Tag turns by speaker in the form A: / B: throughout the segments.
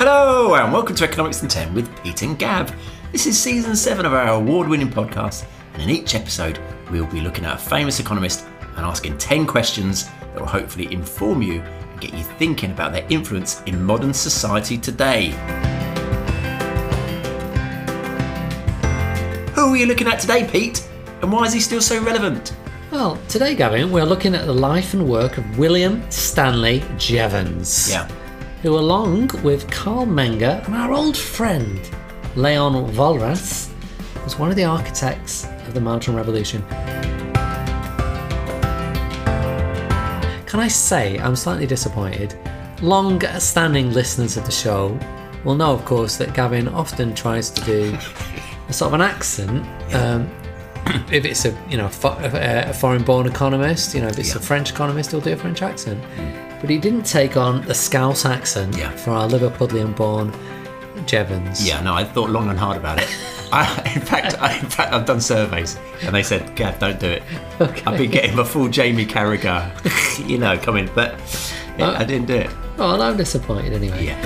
A: Hello, and welcome to Economics in 10 with Pete and Gab. This is season 7 of our award winning podcast, and in each episode, we'll be looking at a famous economist and asking 10 questions that will hopefully inform you and get you thinking about their influence in modern society today. Who are you looking at today, Pete? And why is he still so relevant?
B: Well, today, Gavin, we're looking at the life and work of William Stanley Jevons.
A: Yeah.
B: Who, along with Carl Menger and our old friend, Leon Walras, was one of the architects of the Mountain Revolution. Can I say I'm slightly disappointed? Long standing listeners of the show will know, of course, that Gavin often tries to do a sort of an accent. Um, if it's a you know fo- uh, a foreign born economist, you know if it's a French economist, he'll do a French accent. But he didn't take on the Scouse accent
A: Yeah.
B: for our Liverpudlian born Jevons.
A: Yeah, no, I thought long and hard about it. I, in fact, I, in fact, I've done surveys, and they said, "Gav, don't do it." I've been getting my full Jamie Carragher, you know, coming, but yeah, I didn't do it.
B: Well, Oh, I'm disappointed anyway.
A: Yeah,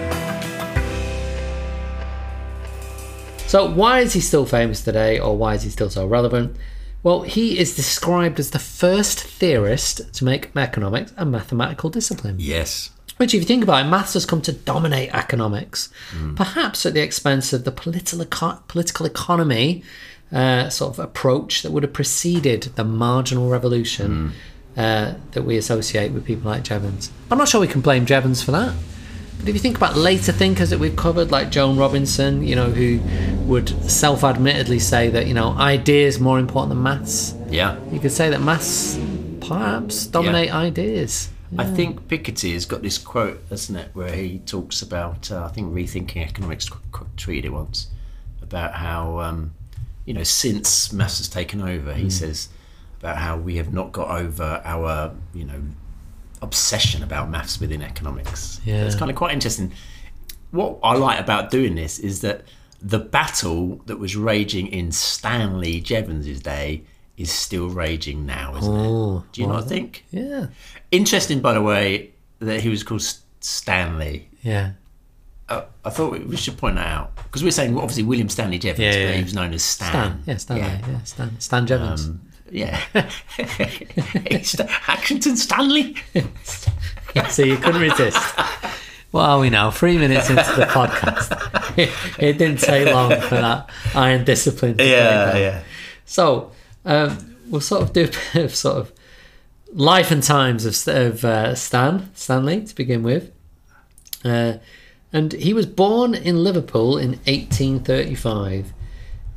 B: So, why is he still famous today, or why is he still so relevant? Well, he is described as the first theorist to make economics a mathematical discipline.
A: yes,
B: Which, if you think about it, maths has come to dominate economics, perhaps at the expense of the political eco- political economy uh, sort of approach that would have preceded the marginal revolution uh, that we associate with people like Jevons. I'm not sure we can blame Jevons for that. But if you think about later thinkers that we've covered, like Joan Robinson, you know, who would self-admittedly say that you know ideas more important than maths.
A: yeah.
B: You could say that maths perhaps dominate ideas.
A: I think Piketty has got this quote, hasn't it, where he talks about uh, I think rethinking economics qu- qu- tweeted it once about how um, you know since maths has taken over,
B: Mm.
A: he says about how we have not got over our you know obsession about maths within economics.
B: Yeah.
A: it's kind of quite interesting. What I like about doing this is that the battle that was raging in Stanley Jevons's day is still raging now, isn't
B: Oh,
A: it? Do you not think?
B: Yeah.
A: Interesting, by the way, that he was called S- Stanley.
B: Yeah.
A: Uh, I thought we, we should point that out because we're saying well, obviously William Stanley Jevons,
B: Yeah, yeah,
A: but
B: yeah.
A: he was known as Stan.
B: Stan. Yeah, Stan. Yeah, Um, yeah Stan. Stan Jevons.
A: Yeah. yeah. St- Accrington Stanley.
B: so you couldn't resist. What are we now? Three minutes into the podcast. it didn't take long for that iron discipline. To break out.
A: yeah.
B: So um, we'll sort of do a bit of sort of life and times of, of uh, Stan Stanley to begin with. Uh, and he was born in Liverpool in 1835.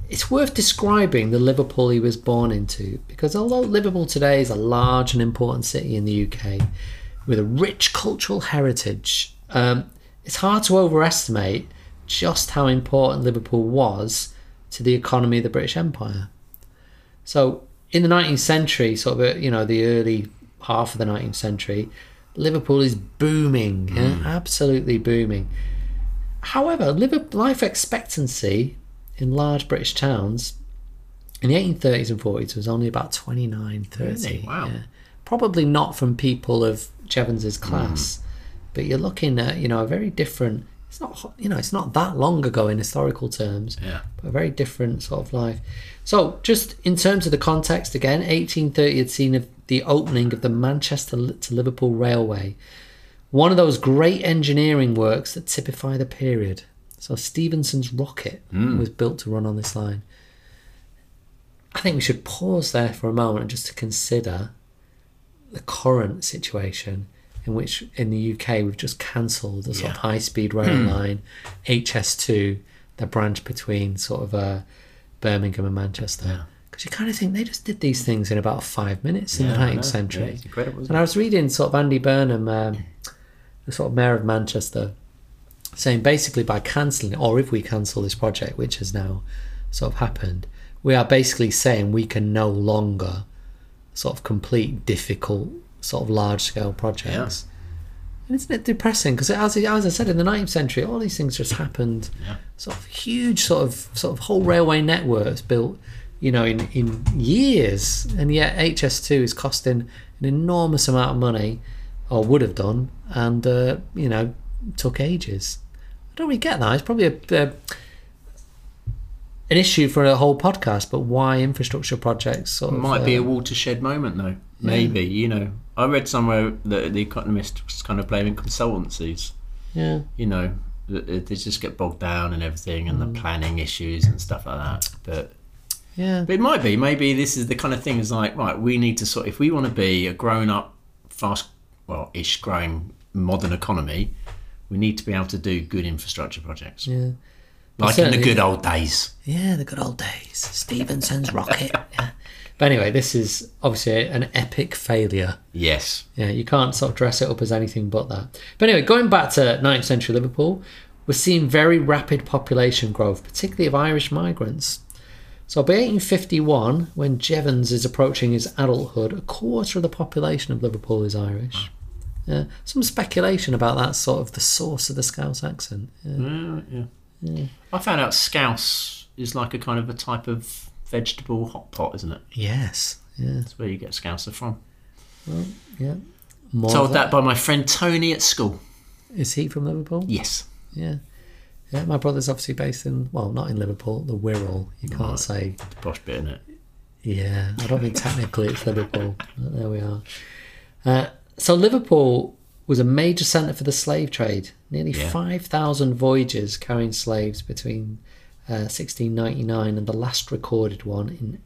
B: It's worth describing the Liverpool he was born into because although Liverpool today is a large and important city in the UK with a rich cultural heritage, um, it's hard to overestimate just how important Liverpool was to the economy of the British Empire. So in the 19th century, sort of, uh, you know, the early half of the 19th century, Liverpool is booming, yeah,
A: Mm.
B: absolutely booming. However, liver- life expectancy in large British towns in the 1830s and 40s was only about 29, 30.
A: Really? Wow. Mm.
B: yeah. Probably not from people of Jevons's class, but you're looking at, you know, a very different, it's not, ho- you know, it's not that long ago in historical terms
A: Yeah.
B: a very different sort of life. So, just in terms of the context again, 1830 had seen of the opening of the Manchester to Liverpool Railway, one of those great engineering works that typify the period. So, Stevenson's rocket
A: Hmm.
B: was built to run on this line. I think we should pause there for a moment just to consider the current situation in which in the UK we've just cancelled the sort of high speed rail
A: Hmm.
B: line HS2, the branch between sort of uh, Birmingham and Manchester. Because you kind of think they just did these things in about five minutes in
A: Yeah,
B: the
A: I
B: 19th
A: know.
B: century.
A: Yeah, it's incredible, isn't
B: and I was reading sort of Andy Burnham, um, the sort of mayor of Manchester, saying basically by cancelling it, or if we cancel this project, which has now sort of happened, we are basically saying we can no longer sort of complete difficult sort of large scale projects. And isn't it depressing? Because as, I- as I said, in the 19th century, all these things just happened. Sort of huge, sort of sort of whole railway networks built, you know, in in years, and yet HS2 is costing an enormous amount of money, or would have done, and uh, you know, took ages. don't really get that. It's probably a, a an issue for a whole podcast, but why infrastructure projects? Sort of,
A: Might be
B: uh,
A: a watershed moment, though. Maybe you know. I read somewhere that the Economist was kind of blaming consultancies.
B: yeah.
A: You know, that uh, they just get bogged down and everything, and
B: Mm.
A: the planning issues and stuff like that. But
B: Yeah.
A: But it might be. Maybe this is the kind of thing is like, right, we need to sort, if we want to be a grown up, fast, well, ish growing modern economy, we need to be able to do good infrastructure projects.
B: Yeah.
A: Like in the
B: Certainly.
A: good old days.
B: Yeah, the good old days. Stevenson's rocket. Yeah. But anyway, this is obviously an epic failure.
A: Yes.
B: Yeah, you can't sort of dress it up as anything but that. But anyway, going back to 9th century Liverpool, we're seeing very rapid population growth, particularly of Irish migrants. So by 1851, when Jevons is approaching his adulthood, a quarter of the population of Liverpool is Irish. Yeah, some speculation about that sort of the source of the Scouse accent. Yeah.
A: Yeah, yeah. I found out scouse is like a kind of a type of vegetable hot pot, isn't it?
B: Yes. Yeah.
A: That's where you get scouser from.
B: Yeah. More
A: Told
B: of
A: that by my friend Tony at school.
B: Is he from Liverpool?
A: Yes.
B: Yeah. Yeah, my brother's obviously based in, well, not in Liverpool, the Wirral. You can't say,
A: The posh bit, in it?
B: yeah. I don't think technically it's Liverpool. But there we are. Uh, so Liverpool was a major centre for the slave trade. Nearly
A: Yeah.
B: 5,000 voyages carrying slaves between uh, 1699 and the last recorded one in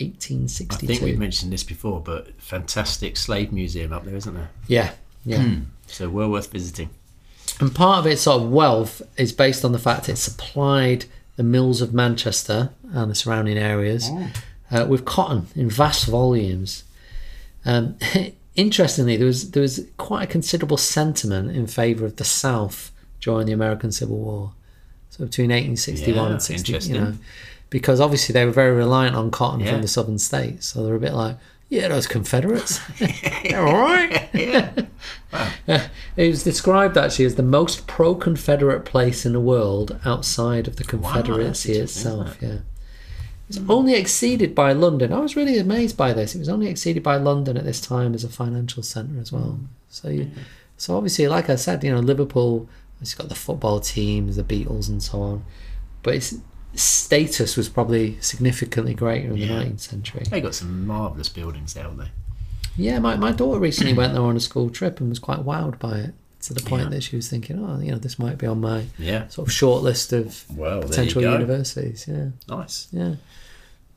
A: I
B: 1862.
A: think we've mentioned this before, but fantastic slave museum up there, isn't there?
B: yeah, yeah.
A: So well worth visiting.
B: And part of its sort of wealth is based on the fact it supplied the mills of Manchester and the surrounding areas
A: Oh.
B: uh, with cotton in vast volumes. Um, interestingly, there was there was quite a considerable sentiment in favour of the South during the American Civil War, so between 1861
A: Yeah,
B: and 60,
A: interesting.
B: you know, because obviously they were very reliant on cotton
A: Yeah.
B: from the southern states, so they were a bit like, yeah, those Confederates, they're all right. It was described actually as the most pro Confederate place in the world outside of the Confederacy
A: interesting,
B: itself. Yeah. It's only exceeded by London. I was really amazed by this. It was only exceeded by London at this time as a financial centre as well. So you,
A: Mm-hmm.
B: so obviously, like I said, you know, Liverpool has got the football teams, the Beatles, and so on. But its status was probably significantly greater in the
A: Yeah.
B: 19th century.
A: They got some marvellous buildings there, haven't they?
B: Yeah, my, my daughter recently went there on a school trip and was quite wowed by it to the point
A: Yeah.
B: that she was thinking, oh, you know, this might be on my
A: Yeah.
B: sort of short list of
A: Well,
B: potential
A: there you go.
B: universities. Yeah,
A: Nice.
B: yeah.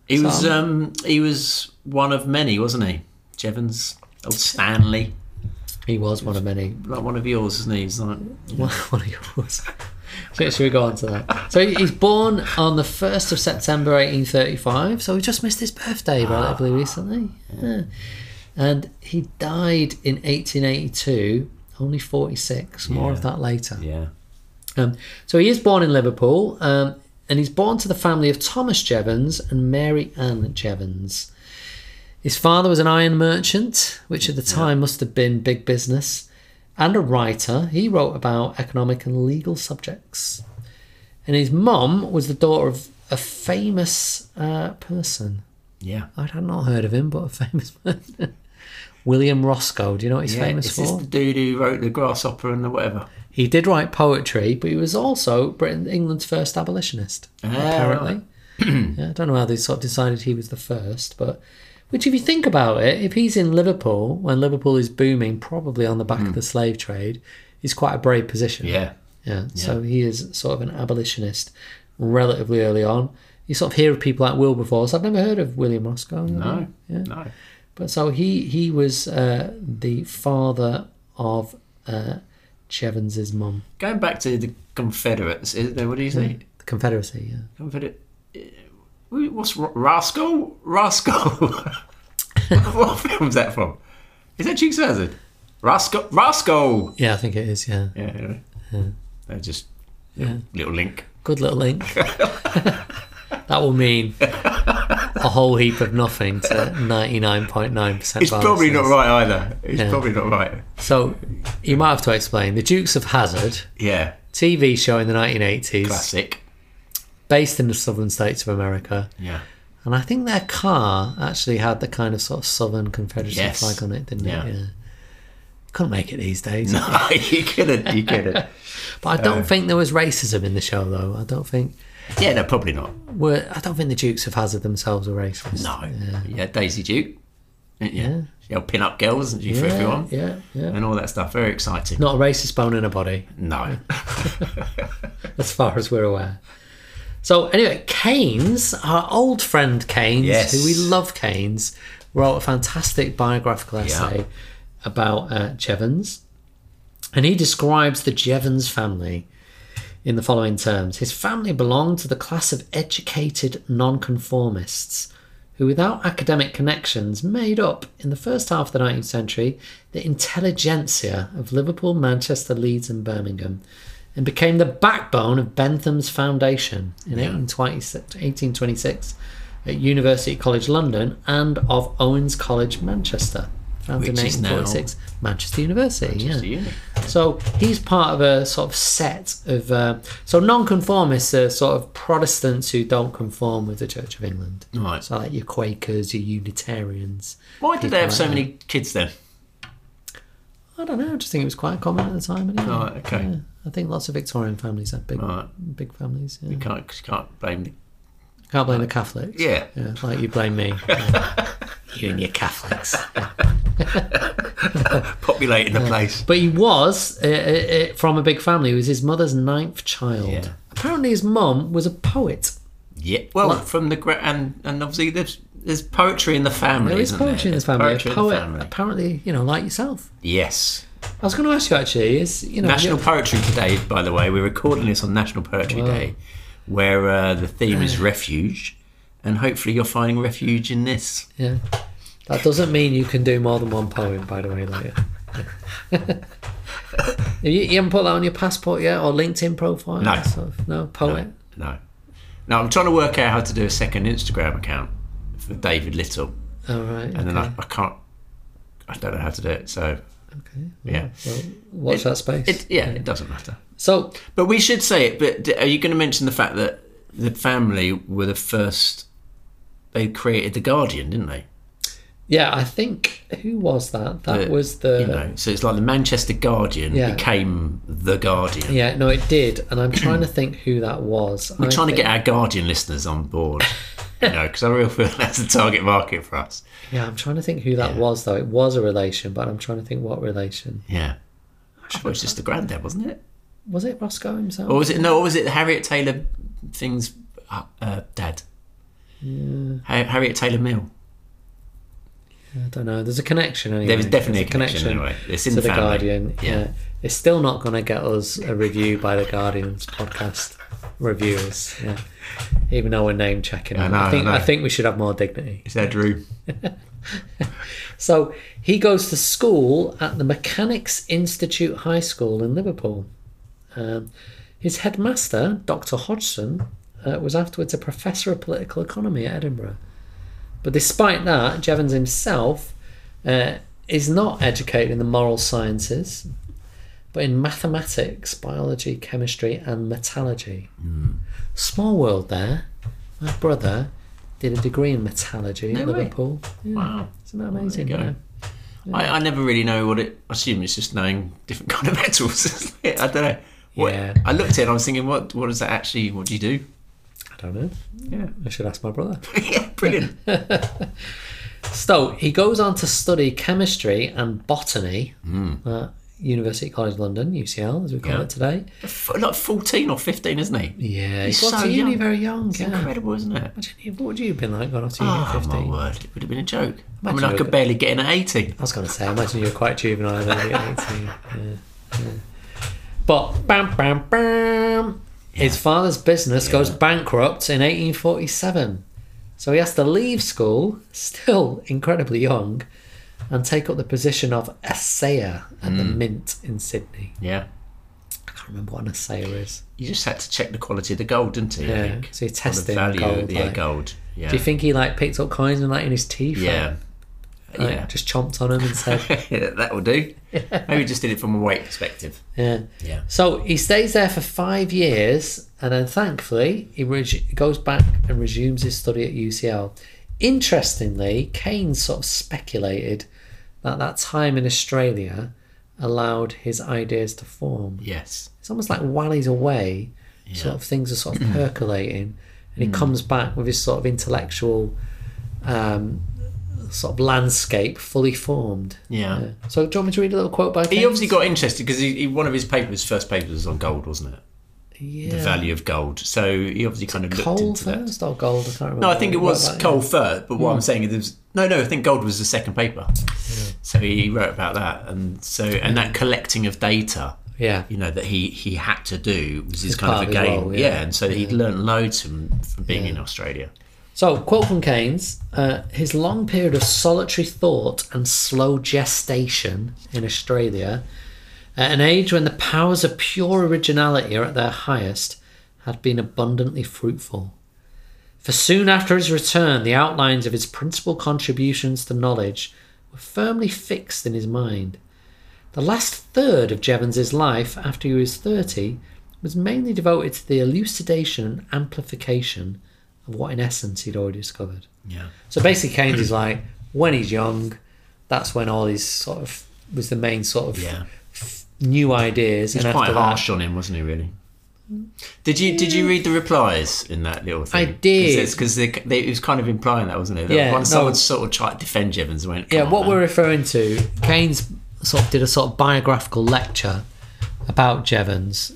A: He
B: So-
A: was um he was one of many, wasn't he? Jevons, old Stanley,
B: He was one of many.
A: like one of yours, isn't he? He's like
B: One one of yours. So should we go on to that? So he- he's born on the 1st of September 1835, so he just missed his birthday relatively recently. Ah. Yeah. And he died in 1882, only 46. More
A: Yeah.
B: of that later.
A: yeah,
B: Um, so he is born in Liverpool, um, and he's born to the family of Thomas Jevons and Mary Ann Jevons. His father was an iron merchant, which at the time must have been big business, and a writer. He wrote about economic and legal subjects. And his mum was the daughter of a famous uh, person.
A: yeah.
B: I had not heard of him, but a famous person. William Roscoe. Do you know what he's
A: yeah.
B: famous
A: Is
B: for?
A: this the dude who wrote the grasshopper and the whatever?
B: He did write poetry, but he was also Britain, England's first abolitionist.
A: Ah,
B: apparently, yeah, I don't know how they sort of decided he was the first, but which, if you think about it, if he's in Liverpool when Liverpool is booming, probably on the back of the slave trade, he's quite a brave position.
A: Hmm. Yeah,
B: yeah. So he is sort of an abolitionist relatively early on. You sort of hear of people like Wilberforce. I've never heard of William Roscoe.
A: no,
B: Yeah.
A: no.
B: But so he he was uh, the father of uh, Jevons's mum.
A: Going back to the Confederates, is there, what do you say?
B: The Confederacy, yeah.
A: Confederate. uh, What's Ra- Rascal? Rascal. what film's that from? Is that Cheeks Hazard? Rascal. Rascal.
B: Yeah, I think it is, yeah.
A: Yeah, anyway. They're just
B: Yeah.
A: little link.
B: Good little link. that will mean a whole heap of nothing to 99.9%
A: It's
B: of our
A: probably not
B: listeners.
A: right either. It's
B: Yeah.
A: probably not right.
B: So you might have to explain. The Dukes of Hazard,
A: Yeah,
B: TV show in the 1980s,
A: classic.
B: based in the southern states of America.
A: Yeah,
B: And I think their car actually had the kind of sort of southern Confederacy
A: Yes.
B: flag on it, didn't
A: Yeah.
B: it? Yeah. Couldn't make it these days.
A: no, you couldn't. You couldn't.
B: But I don't think there was racism in the show, though. I don't think.
A: Yeah, no, probably not.
B: Were I don't think the Dukes of Hazard themselves are racist.
A: No. Yeah, Daisy Duke. didn't you?
B: Yeah.
A: She had pin up girl, wasn't she, for
B: Yeah,
A: everyone?
B: yeah, yeah.
A: And all that stuff. Very exciting.
B: Not a racist bone in a body,
A: No.
B: as far as we're aware. So anyway, Keynes, our old friend Keynes,
A: Yes.
B: who we love, Keynes, wrote a fantastic biographical essay about uh, Jevons, and he describes the Jevons family in the following terms: His family belonged to the class of educated nonconformists who, without academic connections, made up in the first half of the 19th century the intelligentsia of Liverpool, Manchester, Leeds, and Birmingham, and became the backbone of Bentham's foundation in 1820 1826 at University College London and of Owens College Manchester, founded in
A: Which is now
B: 1846. Manchester University,
A: Just a
B: yeah.
A: unit.
B: So he's part of a sort of set of uh, so nonconformists are sort of Protestants who don't conform with the Church of England.
A: Right.
B: So like your Quakers, your Unitarians.
A: Why did
B: people
A: they have
B: like
A: so
B: that.
A: many kids then?
B: I don't know. I just think it was quite common at the time. Anyway.
A: Right, okay.
B: Yeah. I think lots of Victorian families had big,
A: Right.
B: big families. Yeah.
A: Can't, can't blame the.
B: Can't blame the Catholics.
A: Yeah.
B: Yeah, like you blame me. you and your Catholics.
A: Populating the place.
B: But he was uh, uh, uh, from a big family. He was his mother's ninth child.
A: Yeah.
B: Apparently, his mum was a poet.
A: Yeah. Well,
B: Like-
A: from the. gra- And, and obviously, there's, there's poetry in the family,
B: There is
A: isn't
B: poetry in
A: there?
B: this family.
A: Poetry
B: a
A: in the
B: poet,
A: family.
B: apparently, you know, like yourself.
A: Yes.
B: I was going to ask you actually. Is you know
A: National
B: you-
A: Poetry Day, by the way. We're recording this on National Poetry
B: Wow.
A: Day, where uh, the theme is refuge, and hopefully you're finding refuge in this.
B: Yeah. That doesn't mean you can do more than one poem, by the way. Later. you, you haven't put that on your passport yet, or LinkedIn profile.
A: No.
B: that sort of- no poet.
A: No. Now I'm trying to work out how to do a second Instagram account for David Little,
B: All right.
A: and then
B: okay.
A: I, I can't. I don't know how to do it. So
B: okay.
A: yeah,
B: Well, watch that space.
A: it, yeah, it doesn't matter.
B: so
A: But we should say it. But d- are you going to mention the fact that the family were the first? They created the Guardian, didn't they?
B: yeah, I think who was that? That
A: The-
B: was the.
A: you know, so it's like the Manchester Guardian
B: Uh, Yeah.
A: became the Guardian.
B: Yeah, no, it did, and I'm trying to think who that was.
A: We're trying to get our Guardian listeners on board, you know, because I really feel that's the target market for us.
B: Yeah, I'm trying to think who that was though. It was a relation, but I'm trying to think what relation.
A: Yeah, I thought it was just the granddad, wasn't it?
B: Was it Roscoe himself?
A: Or was it no? Or was it Harriet Taylor things uh, uh, dad? Har- Harriet Taylor Mill.
B: I don't know. There's a connection anyway.
A: There was definitely a
B: There's
A: connection, anyway. It's in
B: to
A: the
B: the
A: family.
B: Guardian. Yeah.
A: Yeah.
B: it's still not going to get us a review by the Guardian's podcast reviewers. Yeah, even though we're name checking.
A: I
B: them.
A: know,
B: I
A: I
B: think
A: know.
B: I think we should have more dignity.
A: It's Drew.
B: So he goes to school at the Mechanics Institute High School in Liverpool. Um, his headmaster, Dr. Hodgson, uh, was afterwards a professor of political economy at Edinburgh. But despite that, Jevons himself uh, is not educated in the moral sciences, but in mathematics, biology, chemistry, and metallurgy. Small world there. My brother did a degree in metallurgy in
A: No way.
B: Liverpool. Yeah.
A: Wow.
B: Isn't that amazing?
A: go.
B: Yeah.
A: I, I never really know what it. I assume it's just knowing different kind of metals. isn't it? I don't know. What,
B: Yeah.
A: I looked at it. and I was thinking, what? What does that actually? What do you do?
B: I don't know.
A: Yeah.
B: I should ask my brother.
A: yeah. Brilliant.
B: So he goes on to study chemistry and botany at University College London, UCL, as we call
A: Yeah.
B: it today.
A: F- like fourteen or fifteen, isn't he?
B: Yeah,
A: He's
B: he got
A: so
B: to uni
A: young.
B: very young. yeah.
A: Incredible, isn't it?
B: Imagine he- what would you have been like going off to uni at
A: Oh
B: 15?
A: my word! It would have been a joke. I mean, I
B: Imagine you
A: could
B: could-
A: barely get in at eighteen.
B: I was going to say, I imagine you were quite juvenile then at 18. Yeah, yeah. But bam, bam, bam. His father's business goes bankrupt in 1847. So he has to leave school, still incredibly young, and take up the position of assayer at
A: Mm.
B: the Mint in Sydney.
A: Yeah.
B: I can't remember what an assayer is.
A: You just had to check the quality of the gold, didn't you? I
B: Yeah.
A: think?
B: So you're
A: Or the
B: testing
A: value
B: gold.
A: of the
B: like-
A: gold. Yeah.
B: Do you think he like picked up coins and like in his teeth?
A: Yeah.
B: Like, like,
A: yeah.
B: Just chomped on them and said,
A: Yeah, that will do. Maybe just did it from a weight perspective.
B: Yeah.
A: Yeah.
B: So he stays there for five years, and then thankfully he reg- goes back and resumes his study at UCL. Interestingly, Kane sort of speculated that that time in Australia allowed his ideas to form.
A: Yes.
B: it's almost like while he's away, sort of things are sort of percolating, and he
A: Hmm.
B: comes back with his sort of intellectual um, sort of landscape fully formed.
A: Yeah.
B: So do you want me to read a little quote by?
A: He
B: Keynes?
A: obviously got interested because he, he, one of his papers, first papers, was on gold, wasn't it?
B: yeah.
A: The value of gold. So he obviously kind of looked
B: coal
A: into that.
B: first or gold? I can't remember.
A: No, I think it
B: what
A: was
B: about Hmm.
A: coal first, but what I'm saying is, it was, no, no, I think gold was the second paper. So he wrote about that, and so and that collecting of data,
B: Yeah.
A: you know, that he he had to do was his
B: It's
A: kind
B: part
A: of a
B: of his
A: game,
B: role,
A: yeah.
B: yeah.
A: And so he'd learnt loads from from being in Australia.
B: So, quote from Keynes uh, His long period of solitary thought and slow gestation in Australia, at an age when the powers of pure originality are at their highest, had been abundantly fruitful. For soon after his return, the outlines of his principal contributions to knowledge were firmly fixed in his mind. The last third of Jevons's life after he was 30 was mainly devoted to the elucidation and amplification of what in essence he'd already discovered.
A: Yeah,
B: So basically Keynes is like when he's young that's when all his sort of was the main sort of
A: yeah.
B: new ideas
A: He's
B: and
A: quite
B: after
A: harsh
B: that
A: on him, wasn't he? Really. Did you did you read the replies in that little thing?
B: I did.
A: because it was kind of implying that, wasn't it? That
B: Yeah,
A: Once
B: no.
A: someone sort of tried to defend Jevons, and went, "Come
B: yeah
A: on,
B: what
A: man."
B: we're referring to Keynes sort of did a sort of biographical lecture about Jevons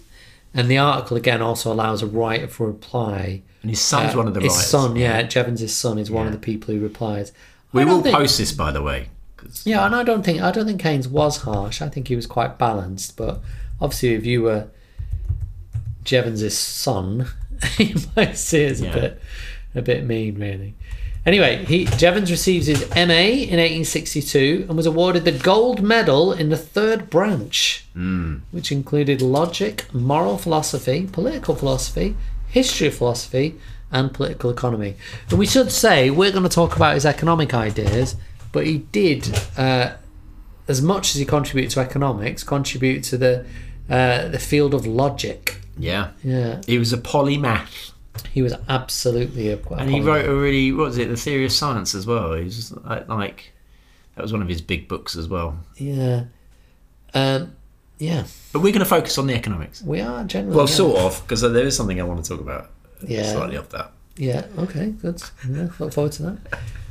B: and the article again also allows a right of reply
A: and his son's
B: Uh,
A: one of the
B: his
A: writers.
B: son, yeah, Jevons' son is one of
A: Yeah.
B: the people who replies. I
A: We
B: don't
A: will
B: think-
A: post this, by the way. 'cause-
B: Yeah, and I don't think I don't think Keynes was harsh. I think he was quite balanced. But obviously, if you were Jevons' son, you might see it as
A: Yeah.
B: a bit a bit mean, really. Anyway, he Jevons receives his MA in 1862 and was awarded the gold medal in the third branch, which included logic, moral philosophy, political philosophy, history of philosophy, and political economy. And we should say we're going to talk about his economic ideas, but he did, uh, as much as he contributed to economics, contribute to the uh, the field of logic.
A: yeah,
B: Yeah,
A: He was a polymath,
B: he was absolutely a.
A: and he wrote a really what was it, the theory of science as well. He was just like, like that was one of his big books as well.
B: Yeah. Um, yeah,
A: But we're going to focus on the economics.
B: we are generally.
A: Well,
B: yeah.
A: sort of, because there is something I want to talk about.
B: Yeah.
A: slightly off that.
B: Yeah, okay, good. Yeah, look forward to that.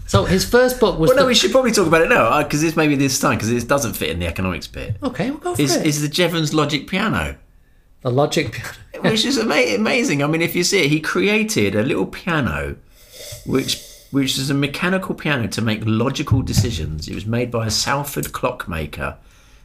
B: So his first book was.
A: Well, no,
B: the-
A: we should probably talk about it now because this maybe this time because it doesn't fit in the economics bit.
B: Okay, we'll go for
A: Is
B: it.
A: is the Jevons Logic Piano,
B: the logic.
A: which is ama- amazing. I mean, if you see it, he created a little piano, which which is a mechanical piano to make logical decisions. It was made by a Salford clockmaker,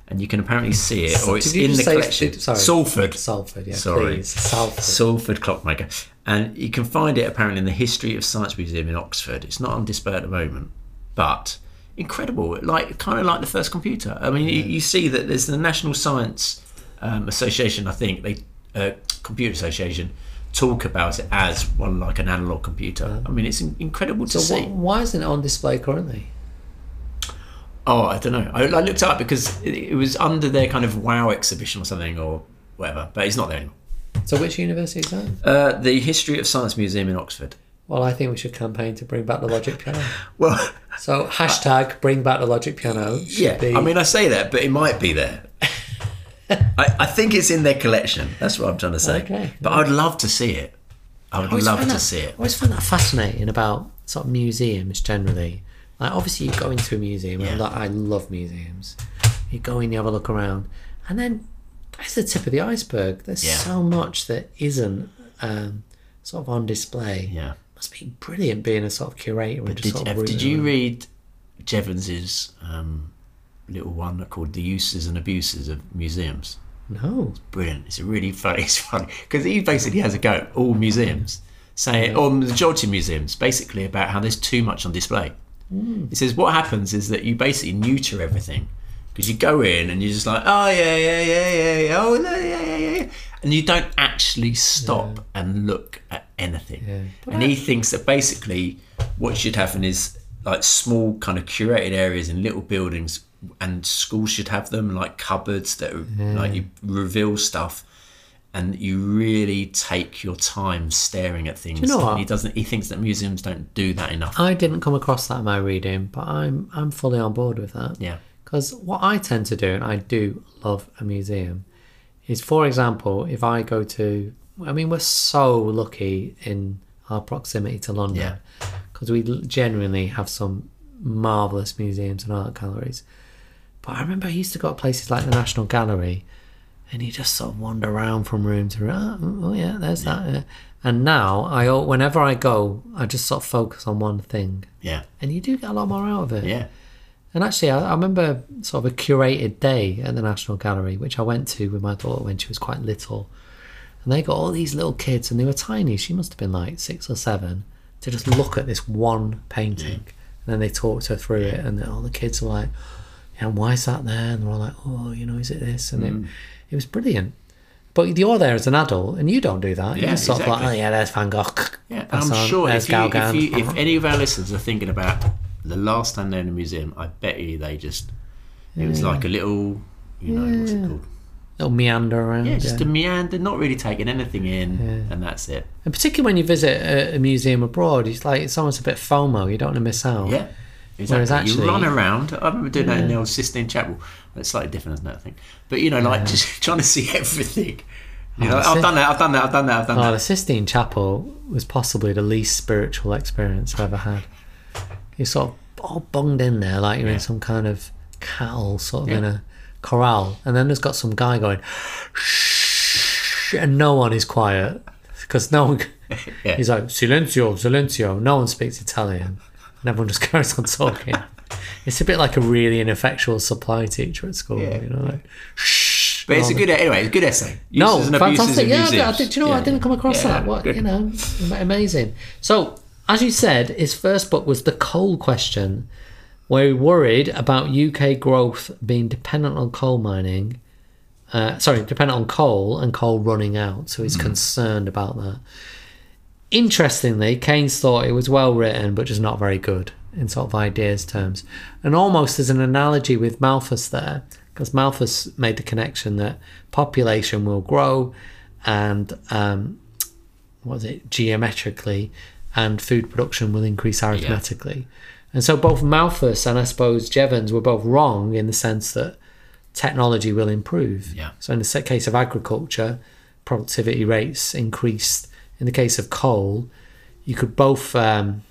A: and you can apparently see it, or Oh, it's
B: Did you
A: in
B: just
A: the
B: say-
A: collection.
B: did- sorry.
A: Salford,
B: Salford, yeah.
A: Sorry.
B: Please. Salford.
A: Salford clockmaker, and you can find it apparently in the History of Science Museum in Oxford. It's not on display at the moment, but incredible, like kind of like the first computer. I mean, you, you see that there's the National Science um, Association, I think they uh, Computer Association talk about it as one like an analog computer. I mean, it's in- incredible to
B: so
A: see.
B: wh- why isn't it on display currently?
A: Oh, I don't know. I, I looked it up because it, it was under their kind of Wow exhibition or something or whatever, but it's not there anymore.
B: So which university is that?
A: Uh, the History of Science Museum in Oxford.
B: Well, I think we should campaign to bring back the logic piano.
A: Well,
B: So hashtag bring back the logic piano. should
A: Yeah,
B: be-
A: I mean, I say that, but it might be there. I, I think it's in their collection. That's what I'm trying to say.
B: Okay. Oh,
A: But I'd love to see it. I would
B: always
A: love
B: find
A: to
B: that-
A: see
B: I
A: it.
B: always find that fascinating about sort of museums generally. Like obviously you go into a museum and
A: Yeah.
B: like, I love museums. You go in, you have a look around, and then that's the tip of the iceberg. There's
A: Yeah.
B: so much that isn't um, sort of on display.
A: Yeah.
B: Must be brilliant being a sort of curator and just
A: Did,
B: sort
A: Ev,
B: of
A: did
B: rooting
A: you
B: around.
A: read Jevons's um, little one called "The Uses and Abuses of Museums"?
B: No.
A: Brilliant. It's really funny. It's funny because he basically has a go at all museums, saying, or the majority of museums, basically about how there's too much on display. He says what happens is that you basically neuter everything because you go in and you're just like, oh yeah, yeah, yeah, yeah, yeah, oh no, yeah, yeah, yeah, yeah," and you don't actually stop and look at anything.
B: Yeah.
A: And he thinks that basically what should happen is like small kind of curated areas in little buildings, and schools should have them like cupboards that are, like you reveal stuff. And you really take your time staring at things.
B: know what?
A: He doesn't. He thinks that museums don't do that enough.
B: I didn't come across that in my reading, but I'm I'm fully on board with that.
A: yeah.
B: Because what I tend to do, and I do love a museum, is, for example, if I go to, I mean, we're so lucky in our proximity to London because we l- genuinely have some marvelous museums and art galleries. But I remember I used to go to places like the National Gallery, and you just sort of wander around from room to room. Oh, oh yeah, there's that. yeah." And now I, al- whenever I go, I just sort of focus on one thing,
A: Yeah.
B: and you do get a lot more out of it.
A: Yeah.
B: And actually, I, I remember sort of a curated day at the National Gallery, which I went to with my daughter when she was quite little. And they got all these little kids, and they were tiny. She must have been like six or seven, to just look at this one painting. And then they talked her through it, and then all the kids were like, yeah, and why is that there? And they're all like, oh, you know, is it this? And
A: Mm.
B: it, it was brilliant. But you're there as an adult, and you don't do that. You're
A: Yeah,
B: just sort of like,
A: exactly.
B: oh, yeah, there's Van Gogh.
A: Yeah, and
B: That's
A: I'm
B: on.
A: sure
B: There's
A: if, you, if,
B: Gauguin.
A: you, if any of our listeners are thinking about the last time they're in a museum, I bet you they just it was like a little, you know, what's it
B: Yeah.
A: called?
B: They'll meander around.
A: Yeah, just
B: yeah.
A: a meander, not really taking anything in, and that's it.
B: And particularly when you visit a, a museum abroad, it's like it's almost a bit FOMO. You don't want to miss out.
A: Yeah.
B: Whereas
A: Exactly.
B: actually-
A: you run around. I remember doing that in the
B: Yeah.
A: old Sistine Chapel. It's slightly different, isn't it? I think. But you know, like just trying to see everything. You know,
B: Oh, that's
A: I've
B: it.
A: done that. I've done that. I've done that. I've done
B: Oh,
A: that.
B: the Sistine Chapel was possibly the least spiritual experience I've ever had. You're sort of all bunged in there, like you're in some kind of cattle, sort of in a corral, and then there's got some guy going, shh, and no one is quiet because no one.
A: Yeah.
B: He's like silenzio, silenzio. No one speaks Italian, and everyone just carries on talking. it's a bit like a really ineffectual supply teacher at school,
A: Yeah,
B: you know. Like, shh.
A: But
B: and
A: it's a
B: all
A: good anyway. It's a good essay.
B: no,
A: Uses and abuses
B: fantastic.
A: of
B: Yeah, I did,
A: museums.
B: I did- do you know what?
A: Yeah,
B: I didn't come across
A: yeah.
B: that. What you know, am- amazing. So, as you said, his first book was the coal question, where he worried about UK growth being dependent on coal mining. Uh, sorry, dependent on coal and coal running out. So he's
A: Hmm.
B: concerned about that. Interestingly, Keynes thought it was well written, but just not very good in sort of ideas terms. And almost as an analogy with Malthus there, because Malthus made the connection that population will grow and, um, what was it, geometrically, and food production will increase arithmetically. And so both Malthus and I suppose Jevons were both wrong in the sense that technology will improve.
A: Yeah.
B: So in the se- case of agriculture, productivity rates increased. In the case of coal, you could both um,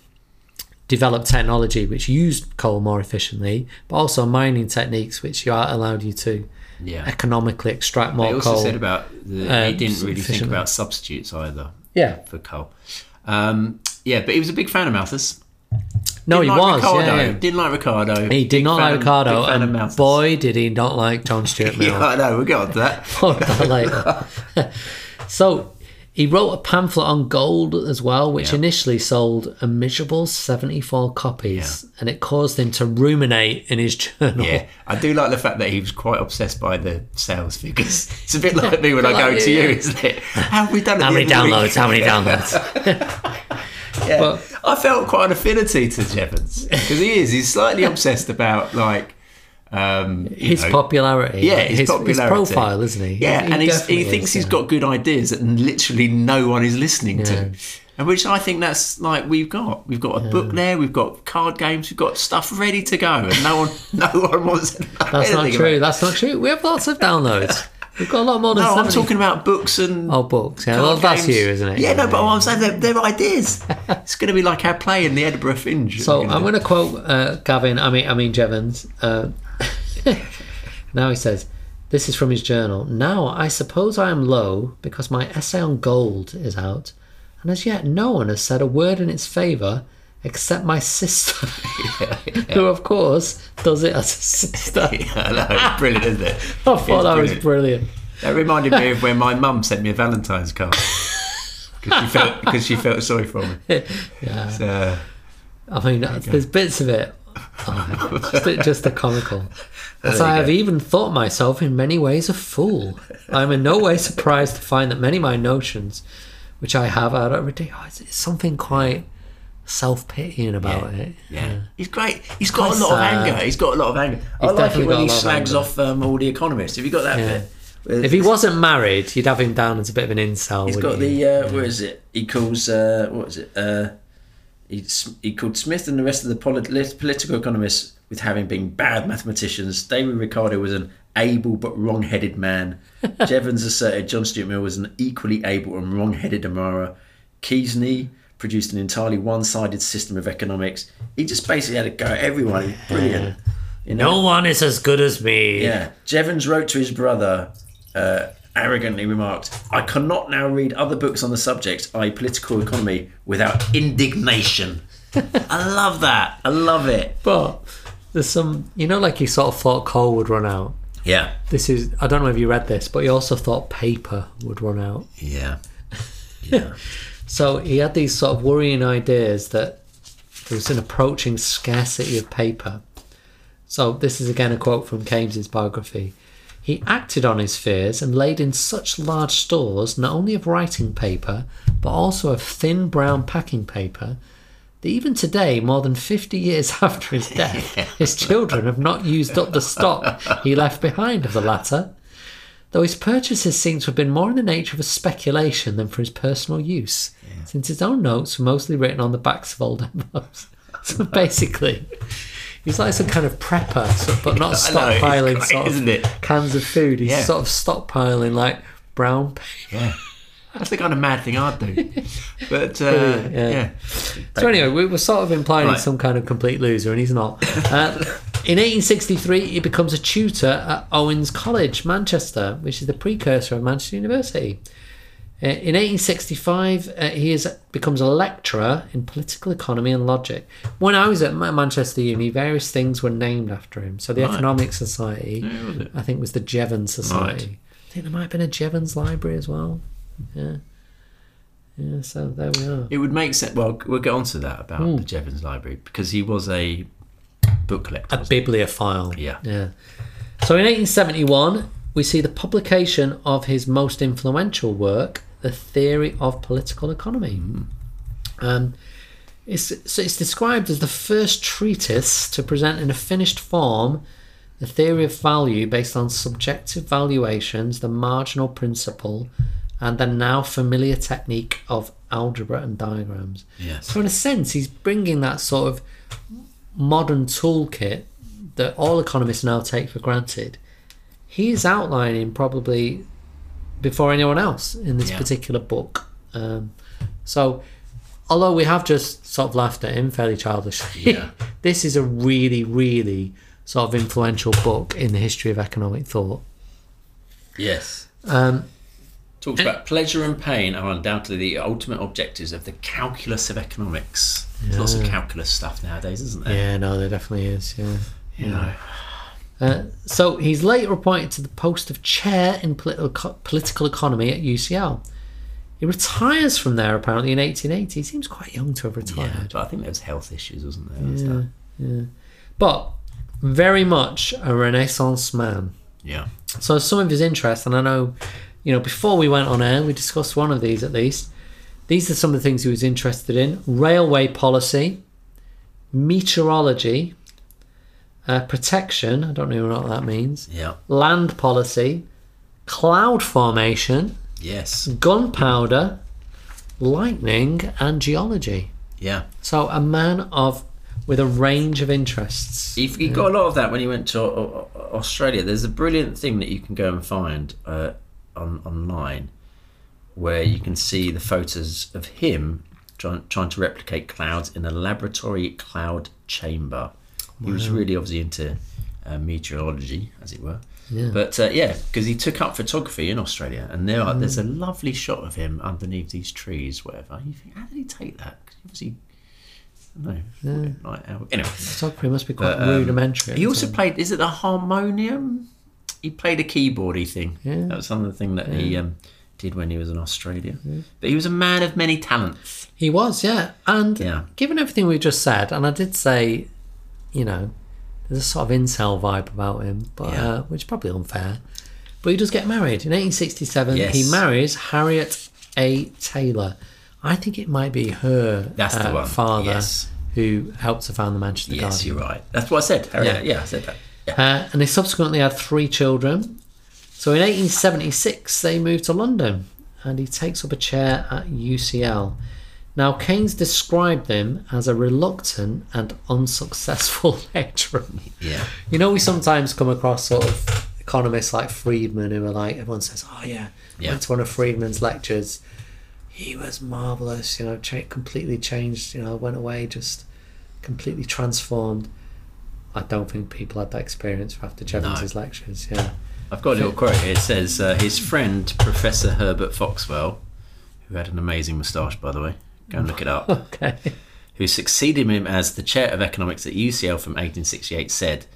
B: develop technology which used coal more efficiently, but also mining techniques which you are allowed you to
A: Yeah.
B: economically extract
A: They
B: more
A: also
B: coal.
A: said about the,
B: uh,
A: he didn't really think
B: efficiently.
A: about substitutes either
B: yeah.
A: for coal. Um, yeah, but he was a big fan of Malthus.
B: No, he
A: Didn't like
B: was. yeah,
A: Ricardo.
B: yeah.
A: Didn't like Ricardo.
B: He did
A: Big
B: not
A: fan
B: like
A: of-
B: Ricardo,
A: big fan of
B: and
A: Malthus.
B: boy, did he not like John Stuart Mill.
A: Yeah, I know. We'll get on to that.
B: More of that later. so he wrote a pamphlet on gold as well, which
A: Yeah.
B: initially sold a miserable 74 copies, and it caused him to ruminate in his journal.
A: Yeah, I do like the fact that he was quite obsessed by the sales figures. It's a bit like me when I
B: Like
A: go
B: you,
A: to you,
B: yeah.
A: isn't it? How have we done? at
B: How
A: the end
B: many
A: of the
B: downloads?
A: week?
B: How many downloads?
A: Yeah.
B: Well-
A: I felt quite an affinity to Jevons because he is. He's slightly obsessed about like um, you
B: His
A: know,
B: popularity.
A: Yeah, his, popularity.
B: profile, isn't he?
A: Yeah, and he's, he
B: definitely
A: thinks
B: is,
A: he's
B: yeah.
A: got good ideas that literally no one is listening to.
B: Yeah.
A: And which I think that's like we've got. We've got a book there, we've got card games, we've got stuff ready to go, and no one no one wants to know
B: That's not
A: anything
B: true.
A: about
B: That's not true. We have lots of downloads. We've got a lot more
A: it.
B: than
A: No, I'm
B: 70.
A: talking about books and
B: Oh, books. Yeah,
A: card
B: well, that's
A: games.
B: you, isn't it?
A: Yeah, no, but I'm saying they're, they're ideas. it's going to be like our play in the Edinburgh Fringe.
B: So I'm going to quote uh, Gavin. I mean, I mean Jevons. Uh, now he says, "This is from his journal. Now I suppose I am low because my essay on gold is out, and as yet no one has said a word in its favour." Except my sister, who of course does it as a sister.
A: I know, it's brilliant, isn't it?
B: I thought
A: It's
B: that was
A: brilliant.
B: brilliant.
A: That reminded me of when my mum sent me a Valentine's card because she felt because she felt sorry for me.
B: Yeah,
A: So,
B: I mean, there's bits of it. Oh, just, just a comical. As I
A: you
B: have even thought myself in many ways a fool, I am in no way surprised to find that many of my notions, which I have, are ridiculous. It's something quite self-pitying about it.
A: yeah, he's great. He's got
B: Quite
A: a lot
B: sad.
A: of anger. He's got a lot of anger. I
B: uh, He's
A: like
B: definitely
A: it when
B: got
A: he
B: a lot of
A: slags
B: anger.
A: off um, all the economists. Have you got that
B: Yeah.
A: bit? Where
B: If he wasn't married, you'd have him down as a bit of an incel.
A: he's
B: wouldn't
A: got
B: you?
A: the uh, where is it? He calls uh, what is it? Uh, he s- he called Smith and the rest of the polit- political economists with having been bad mathematicians. David Ricardo was an able but wrong-headed man. Jevons asserted John Stuart Mill was an equally able and wrong-headed Amara. Keaveney produced an entirely one-sided system of economics. He just basically had a go at everyone. He was brilliant. You know?
B: No one is as good as me.
A: Yeah. Jevons wrote to his brother, uh, arrogantly remarked, I cannot now read other books on the subject, i.e., political economy, without indignation. I love that. I love it.
B: But there's some, you know, like he sort of thought coal would run out.
A: Yeah.
B: This is, I don't know if you read this, but he also thought paper would run out.
A: Yeah. Yeah.
B: So he had these sort of worrying ideas that there was an approaching scarcity of paper. So this is again a quote from Keynes's biography. He acted on his fears and laid in such large stores not only of writing paper but also of thin brown packing paper that even today, more than 50 years after his death, his children have not used up the stock he left behind of the latter. Though his purchases seem to have been more in the nature of a speculation than for his personal use, since his own notes were mostly written on the backs of old envelopes. so basically, he's like some kind of prepper, so, but
A: I
B: not
A: know, it's
B: stockpiling
A: great,
B: sort of
A: isn't it?
B: cans of food. He's
A: Yeah.
B: sort of stockpiling like brown paper.
A: Yeah. That's the kind of mad thing I'd do. But, uh,
B: Brilliant, yeah.
A: yeah.
B: So anyway, we were sort of implying
A: Right.
B: he's some kind of complete loser, and he's not. Uh, in 1863, he becomes a tutor at Owens College, Manchester, which is the precursor of Manchester University. Uh, In 1865, uh, he is, becomes a lecturer in political economy and logic. When I was at Ma- Manchester Uni, various things were named after him. So the
A: Right.
B: Economic Society,
A: Yeah, was it?
B: I think, was the Jevons Society. I think there might have been a Jevons Library as well. Yeah. Yeah, so there we are.
A: It would make sense. Well, we'll get on to that about the Jevons Library because he was a book collector.
B: a
A: wasn't he?
B: bibliophile.
A: Yeah.
B: Yeah. So in 1871, we see the publication of his most influential work, The Theory of Political Economy. Um, it's, so it's described as the first treatise to present in a finished form the theory of value based on subjective valuations, the marginal principle, and the now familiar technique of algebra and diagrams.
A: Yes.
B: So in a sense, he's bringing that sort of modern toolkit that all economists now take for granted. He's outlining probably before anyone else in this
A: Yeah.
B: particular book. Um, so, although we have just sort of laughed at him fairly childishly,
A: Yeah.
B: this is a really, really sort of influential book in the history of economic thought.
A: Yes.
B: Um,
A: Talks about pleasure and pain are undoubtedly the ultimate objectives of the calculus of economics. There's lots of calculus stuff nowadays, isn't there?
B: yeah, no, there definitely is. Yeah.
A: You know.
B: Uh, so he's later appointed to the post of chair in political, political economy at UCL. He retires from there apparently in 1880. He seems quite young to have retired.
A: Yeah, but I think there was health issues, wasn't there? and stuff?
B: But very much a Renaissance man.
A: Yeah.
B: So some of his interests, and I know, you know, before we went on air, we discussed one of these at least. These are some of the things he was interested in: railway policy, meteorology, uh, protection. I don't know what that means.
A: Yeah.
B: Land policy, cloud formation,
A: Yes.
B: gunpowder, lightning, and geology.
A: Yeah.
B: So a man of with a range of interests.
A: He, he got a lot of that when he went to Au- Au- Australia. There's a brilliant thing that you can go and find uh, on, online where you can see the photos of him trying, trying to replicate clouds in a laboratory cloud chamber. He was really obviously into uh, meteorology, as it were.
B: Yeah.
A: But uh, yeah, because he took up photography in Australia, and there are, there's a lovely shot of him underneath these trees, whatever. You think, how did he take that? 'Cause obviously, no, right? how- Anyway,
B: Photography must be quite
A: But, um,
B: rudimentary. at
A: he
B: the
A: also
B: time.
A: played. Is it the harmonium? He played a keyboardy thing.
B: Yeah.
A: That was another thing that he um, did when he was in Australia. But he was a man of many talents.
B: He was, yeah. And
A: Yeah.
B: given everything we just said, and I did say, you know, there's a sort of incel vibe about him, but
A: Yeah.
B: uh, which is probably unfair. But he does get married in 1867. He
A: Yes.
B: marries Harriet A. Taylor. I think it might be her uh,
A: That's the one,
B: father
A: yes.
B: who helped to found the Manchester
A: yes,
B: Guardian.
A: you're right. That's what I said. Harry.
B: Yeah.
A: Yeah. I said that. Yeah.
B: Uh, and they subsequently had three children. So in 1876, they moved to London and he takes up a chair at UCL. Now, Keynes described them as a reluctant and unsuccessful lecturer.
A: Yeah.
B: You know, we sometimes come across sort of economists like Friedman who are like everyone says, "Oh yeah,
A: Yeah.
B: went to one of Friedman's lectures. He was marvelous. You know, cha- completely changed. You know, went away just completely transformed." I don't think people had that experience after Jevons's lectures. Yeah,
A: I've got a little quote here. It says uh, his friend Professor Herbert Foxwell, who had an amazing moustache, by the way. Go and look it up.
B: okay.
A: who succeeded him as the chair of economics at UCL from 1868, said,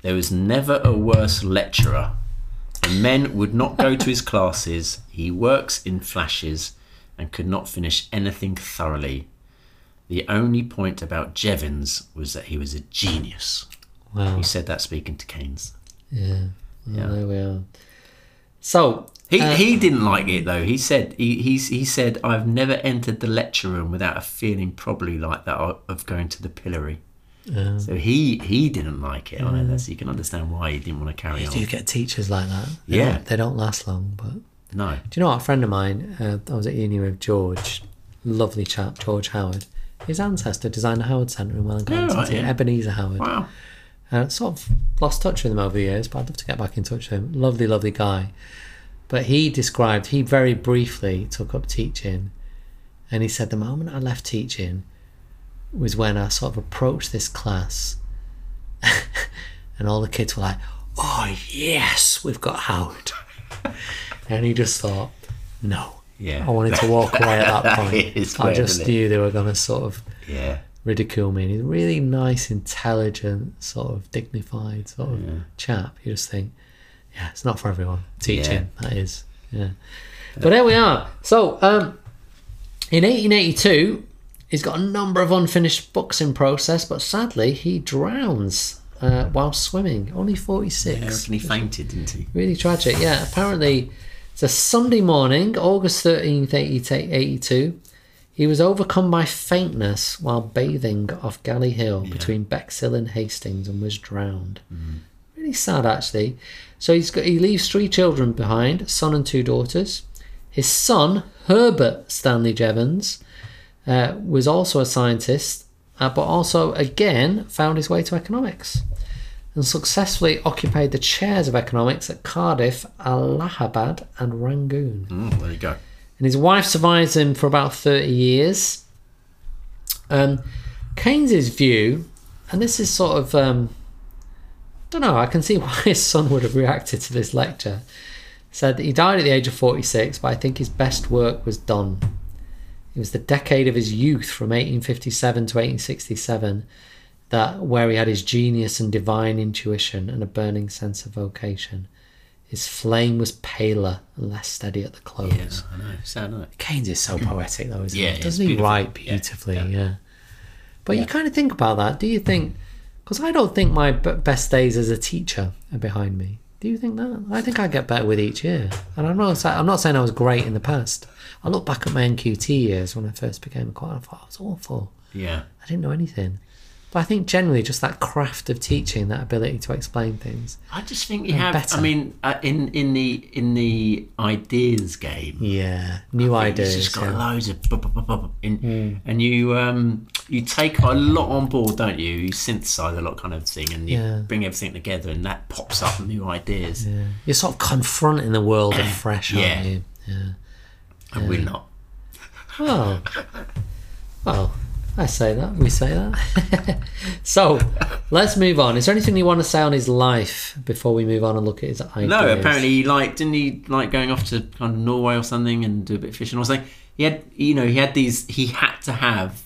A: There was never a worse lecturer. The men would not go to his classes, he works in flashes, and could not finish anything thoroughly. The only point about Jevons was that he was a genius.
B: Wow.
A: He said that speaking to Keynes.
B: Yeah.
A: Yeah.
B: There we are. So
A: He,
B: Uh,
A: he didn't like it though. He said he, he he said I've never entered the lecture room without a feeling probably like that of of going to the pillory.
B: uh,
A: So he he didn't like it either. So you can understand why he didn't want to carry
B: you
A: on.
B: do get teachers like that. They
A: Yeah.
B: don't- they don't last long, but
A: No.
B: Do you know what? A friend of mine, uh, I was at uni with George, lovely chap, George Howard. His ancestor designed the Howard Centre in Wellington,
A: Yeah, Oh, right,
B: didn't he?
A: yeah.
B: Ebenezer Howard.
A: Wow.
B: And I Uh, sort of lost touch with him over the years, but I'd love to get back in touch with him. Lovely, lovely guy. But he described, he very briefly took up teaching, and he said the moment I left teaching was when I sort of approached this class, and all the kids were like, "Oh yes, we've got Howard," and he just thought, "No."
A: Yeah.
B: I wanted to walk away at that
A: That
B: point.
A: is
B: I
A: weird,
B: just
A: isn't it?
B: knew they were going to sort of
A: Yeah.
B: ridicule me. And he's a really nice, intelligent, sort of dignified sort of chap. You just think, yeah, it's not for everyone. Teaching, that is. Yeah. But there we are. So, um, in 1882, he's got a number of unfinished books in process, but sadly, he drowns uh, while swimming. Only 46
A: I reckon he fainted, didn't he?
B: really tragic. Yeah, apparently it's a Sunday morning, August 13th, 82. He was overcome by faintness while bathing off Galley Hill between Bexhill and Hastings and was drowned. Really sad, actually. So he's got, he leaves three children behind, a son and two daughters. His son, Herbert Stanley Jevons, uh, was also a scientist, uh, but also, again, found his way to economics and successfully occupied the chairs of economics at Cardiff, Allahabad, and Rangoon.
A: Mm, there you go.
B: And his wife survives him for about 30 years. Um, Keynes's view, and this is sort of, um, don't know, I can see why his son would have reacted to this lecture, said that he died at the age of 46, but I think his best work was done. It was the decade of his youth from 1857 to 1867 that where he had his genius and divine intuition and a burning sense of vocation. His flame was paler and less steady at the close.
A: Yeah, I know. Sad, isn't it?
B: Keynes is so poetic, though, isn't
A: Mm-hmm. Yeah,
B: he?
A: yeah,
B: Doesn't he
A: it's
B: write
A: beautiful. Yeah,
B: beautifully? Yeah.
A: yeah.
B: But you kind of think about that. Do you think? Because I don't think my b- best days as a teacher are behind me. Do you think that? I think I get better with each year, and I'm not. sa- I'm not saying I was great in the past. I look back at my NQT years when I first became a quite. I thought I was awful.
A: Yeah.
B: I didn't know anything. But I think generally just that craft of teaching, that ability to explain things.
A: I just think you have.
B: better.
A: I mean, uh, in in the in the ideas game,
B: Yeah, new ideas.
A: He's just got
B: yeah.
A: loads of bu- bu- bu- bu- bu- in, and you um you take a lot on board, don't you? You synthesize a lot, kind of thing, and you
B: Yeah.
A: bring everything together, and that pops up new ideas.
B: Yeah. You're sort of confronting the world afresh, aren't
A: Yeah.
B: you? Yeah.
A: And we're not.
B: Oh. Well, I say that. We say that. so, let's move on. Is there anything you want to say on his life before we move on and look at his ideas?
A: No, apparently he like didn't he like going off to kind of Norway or something and do a bit of fishing or something. He had you know he had these he had to have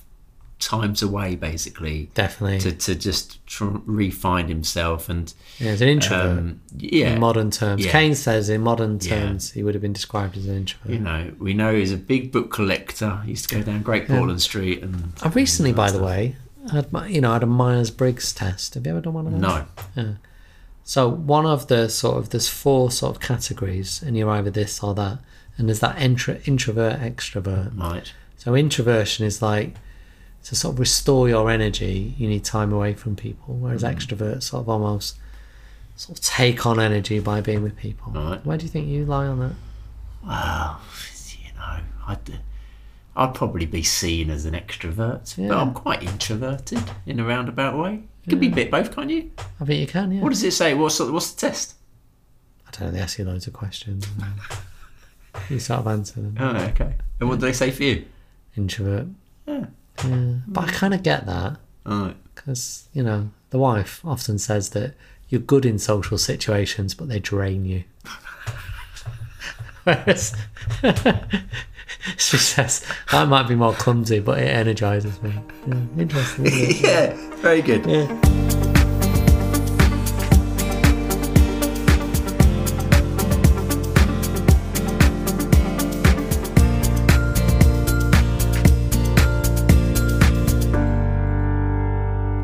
A: times away basically
B: Definitely.
A: to to just tr- refine himself and
B: yeah, he's an introvert.
A: um yeah
B: in modern terms.
A: Yeah.
B: Keynes says in modern
A: Yeah.
B: terms he would have been described as an introvert.
A: you know we know he's a big book collector. He used to go down Great Portland Street and
B: I recently, by the way, had my, you know, I had a Myers Briggs test. Have you ever done one of those?
A: no
B: So one of the sort of there's four sort of categories, and you're either this or that, and there's that intra, introvert extrovert.
A: right
B: So introversion is like to sort of restore your energy, you need time away from people, whereas
A: Mm-hmm.
B: extroverts sort of almost sort of take on energy by being with people.
A: Right.
B: Where do you think you lie on that?
A: Well, you know, I'd, I'd probably be seen as an extrovert,
B: Yeah.
A: but I'm quite introverted in a roundabout way. You could be a bit both, can't you?
B: I think you can, yeah.
A: What does it say? What's the, what's the test?
B: don't know, they ask you loads of questions. and you sort of answer them.
A: Oh, okay. And what do they say for you?
B: Introvert.
A: Yeah.
B: Yeah. But I kind of get that
A: All right.
B: because, you know, the wife often says that you're good in social situations, but they drain you. Whereas she says, that might be more clumsy, but it energizes me. Yeah, interesting. isn't it?
A: Yeah, very good.
B: Yeah.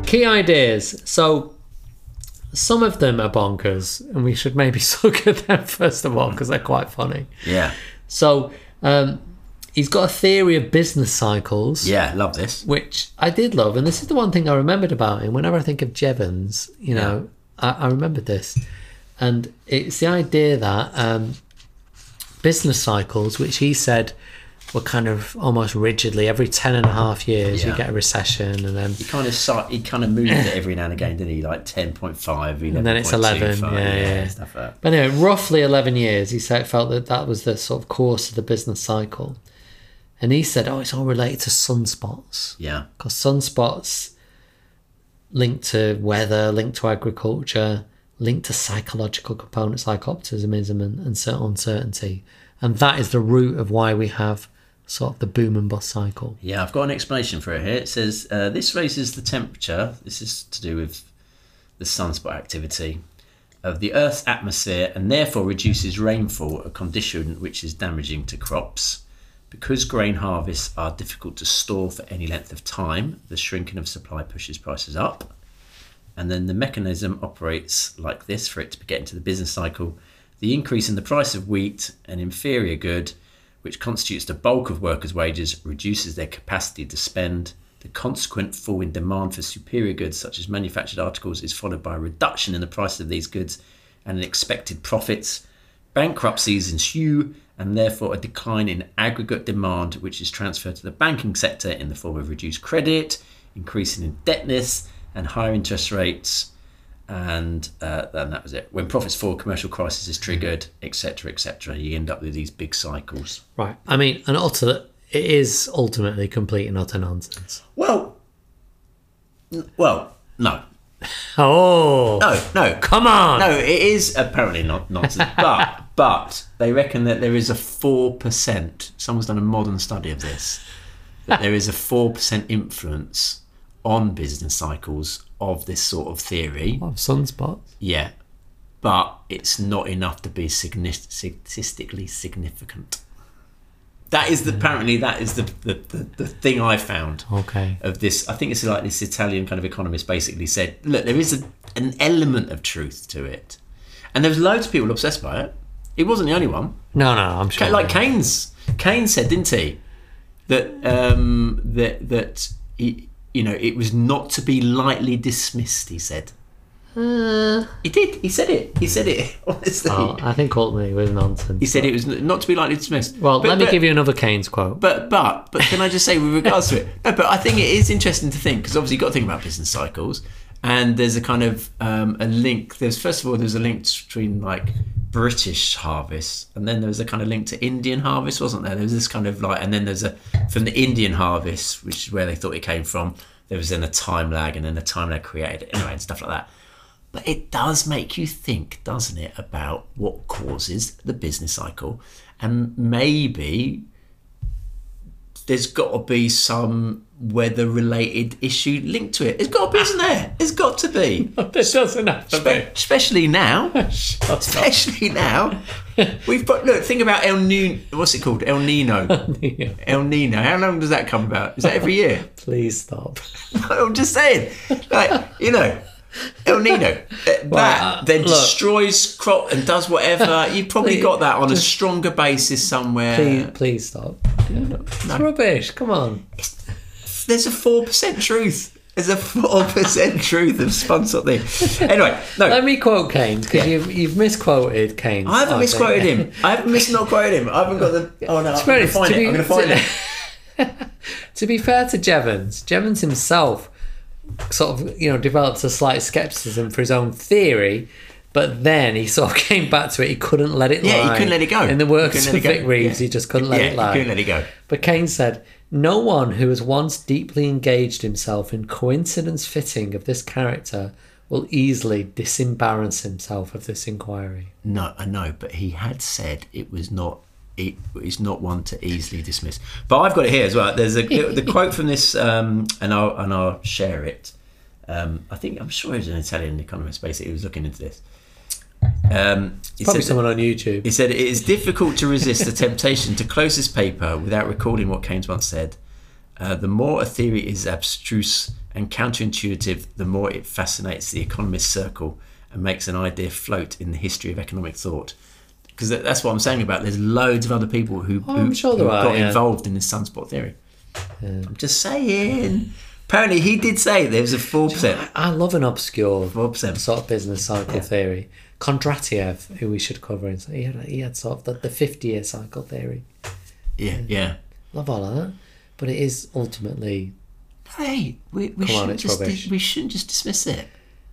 B: Key ideas. So some of them are bonkers, and we should maybe look at them first of all because they're quite funny.
A: Yeah.
B: So um, he's got a theory of business cycles
A: Yeah, love this.
B: which I did love, and this is the one thing I remembered about him. Whenever I think of Jevons, you know, I, I remembered this, and it's the idea that um, business cycles, which he said were kind of almost rigidly every 10 and a half years
A: Yeah.
B: you get a recession and then
A: He kind of si- he kind of moved it every now and again, didn't he? Like 10.5, 11.
B: then it's 11, yeah, yeah.
A: Stuff like that.
B: But anyway, roughly 11 years, he said, felt that that was the sort of course of the business cycle. And he said, oh, it's all related to sunspots.
A: Yeah.
B: because sunspots linked to weather, linked to agriculture, linked to psychological components like optimism and, and certain uncertainty. And that is the root of why we have sort of the boom and bust cycle.
A: Yeah, I've got an explanation for it here. It says uh, this raises the temperature. This is to do with the sunspot activity of the Earth's atmosphere and therefore reduces rainfall, a condition which is damaging to crops. Because grain harvests are difficult to store for any length of time, the shrinking of supply pushes prices up. And then the mechanism operates like this for it to get into the business cycle. The increase in the price of wheat, an inferior good, which constitutes the bulk of workers' wages, reduces their capacity to spend. The consequent fall in demand for superior goods, such as manufactured articles, is followed by a reduction in the price of these goods and in expected profits. Bankruptcies ensue, and therefore a decline in aggregate demand, which is transferred to the banking sector in the form of reduced credit, increase in indebtedness, and higher interest rates. And uh, then that was it. When profits fall, commercial crisis is triggered, etc., etc. You end up with these big cycles.
B: Right. I mean, and ultimately, it is ultimately complete and utter nonsense.
A: Well, n- well, no,
B: Oh,
A: no, no,
B: come on.
A: no. It is apparently not nonsense, but but they reckon that there is a four percent. Someone's done a modern study of this. That there is a four percent influence on business cycles of this sort of theory.
B: Of sunspots.
A: Yeah, but it's not enough to be signi- statistically significant. That is the, apparently that is the, the, the, the thing I found.
B: Okay.
A: of this. I think it's like this Italian kind of economist basically said, look, there is a, an element of truth to it, and there's loads of people obsessed by it. He wasn't the only one.
B: No, no, I'm sure.
A: Like Keynes, Keynes said, didn't he, that um, that that he, you know it was not to be lightly dismissed. He said. He did. He said it. He said it. Honestly,
B: Uh. Oh, I think ultimately it was nonsense.
A: he said it was n- not to be lightly dismissed.
B: well,
A: But-
B: let me
A: but-
B: give you another Keynes quote.
A: but but but can I just say with regards to it? No, but I think it is interesting to think because obviously you've got to think about business cycles, and there's a kind of um, a link. There's first of all there's a link between like British harvests, and then there was a kind of link to Indian harvest, wasn't there? There was this kind of like, and then there's a from the Indian harvest, which is where they thought it came from. There was then a time lag, and then a time lag created anyway, and stuff like that. But it does make you think, doesn't it, about what causes the business cycle, and maybe there's got to be some weather related issue linked to it. It's got to be, isn't there? It's got to be.
B: This doesn't have to
A: Spe- Especially now. Especially now. We've put, look, think about El Nino. What's it called? El Nino. El Nino. How long does that come about? Is that every year?
B: Please stop.
A: I'm just saying. Like, you know. El Nino, Uh, that then
B: look.
A: destroys crop and does whatever. You've probably got that on a stronger basis somewhere.
B: Please, Uh, please stop. It's rubbish. Come on.
A: There's a four percent truth. There's a four percent truth of sponsor thing. Anyway, no,
B: Let me quote Keynes because you've, you've misquoted Keynes.
A: I haven't
B: think.
A: misquoted him. I haven't mis not quoted him. I haven't got the. Oh no, I'm going to
B: honest,
A: find it.
B: to be-
A: I'm going to find
B: to-
A: it.
B: to be fair to Jevons, Jevons himself sort of you know developed a slight skepticism for his own theory But then he sort of came back to it. He couldn't let it
A: Yeah, he
B: lie.
A: couldn't let it go.
B: In the works
A: He
B: of
A: couldn't let it
B: Vic
A: go.
B: Reeves,
A: Yeah.
B: he just couldn't let
A: yeah,
B: it lie.
A: he couldn't let it go.
B: But Kane said, No one who has once deeply engaged himself in coincidence fitting of this character will easily disembarrass himself of this inquiry.
A: No, I know, but he had said it was not. It is not one to easily dismiss. But I've got it here as well. There's a, the quote from this, um, and I'll and I'll share it. Um, I think I'm sure it was an Italian economist. Basically, who was looking into this. Um, he said
B: Probably
A: that-
B: someone on YouTube.
A: he said, It is difficult to resist the temptation to close this paper without recalling what Keynes once said. Uh, the more a theory is abstruse and counterintuitive, the more it fascinates the economist circle and makes an idea float in the history of economic thought. Because that's what I'm saying about there's loads of other people who,
B: Oh, I'm
A: who-
B: sure there
A: who
B: are,
A: got
B: yeah.
A: involved in this sunspot theory. I'm just saying. Apparently, he did say there was a 4%.
B: I love an obscure
A: 4%.
B: sort of business cycle theory. Kondratiev, who we should cover, in, he had, he had sort of the, the 50 year cycle theory.
A: Yeah, yeah.
B: Love all of that. But it is ultimately.
A: Hey, we, we,
B: Come on,
A: shouldn't
B: it's
A: just,
B: rubbish.
A: we shouldn't just dismiss it.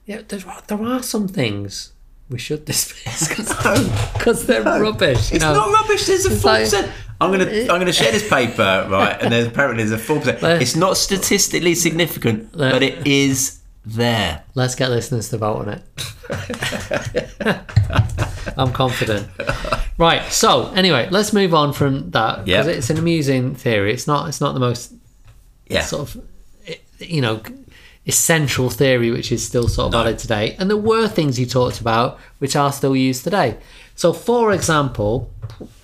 B: Yeah, there are, there are some things we should dismiss
A: No.
B: because they're rubbish. you
A: It's
B: know.
A: not rubbish. There's a
B: It's
A: four
B: like-
A: percent. I'm gonna I'm gonna share this paper right, and there's apparently there's a four percent.
B: Like-
A: It's not statistically significant,
B: Like-
A: but it is there.
B: Let's get listeners to vote on it. I'm confident. Right. So anyway, let's move on from that
A: Yep.
B: because it's an amusing theory. It's not. It's not the most
A: Yeah,
B: sort of, eh, you know, essential theory which is still sort of valid today. And there were things he talked about which are still used today. So, for example,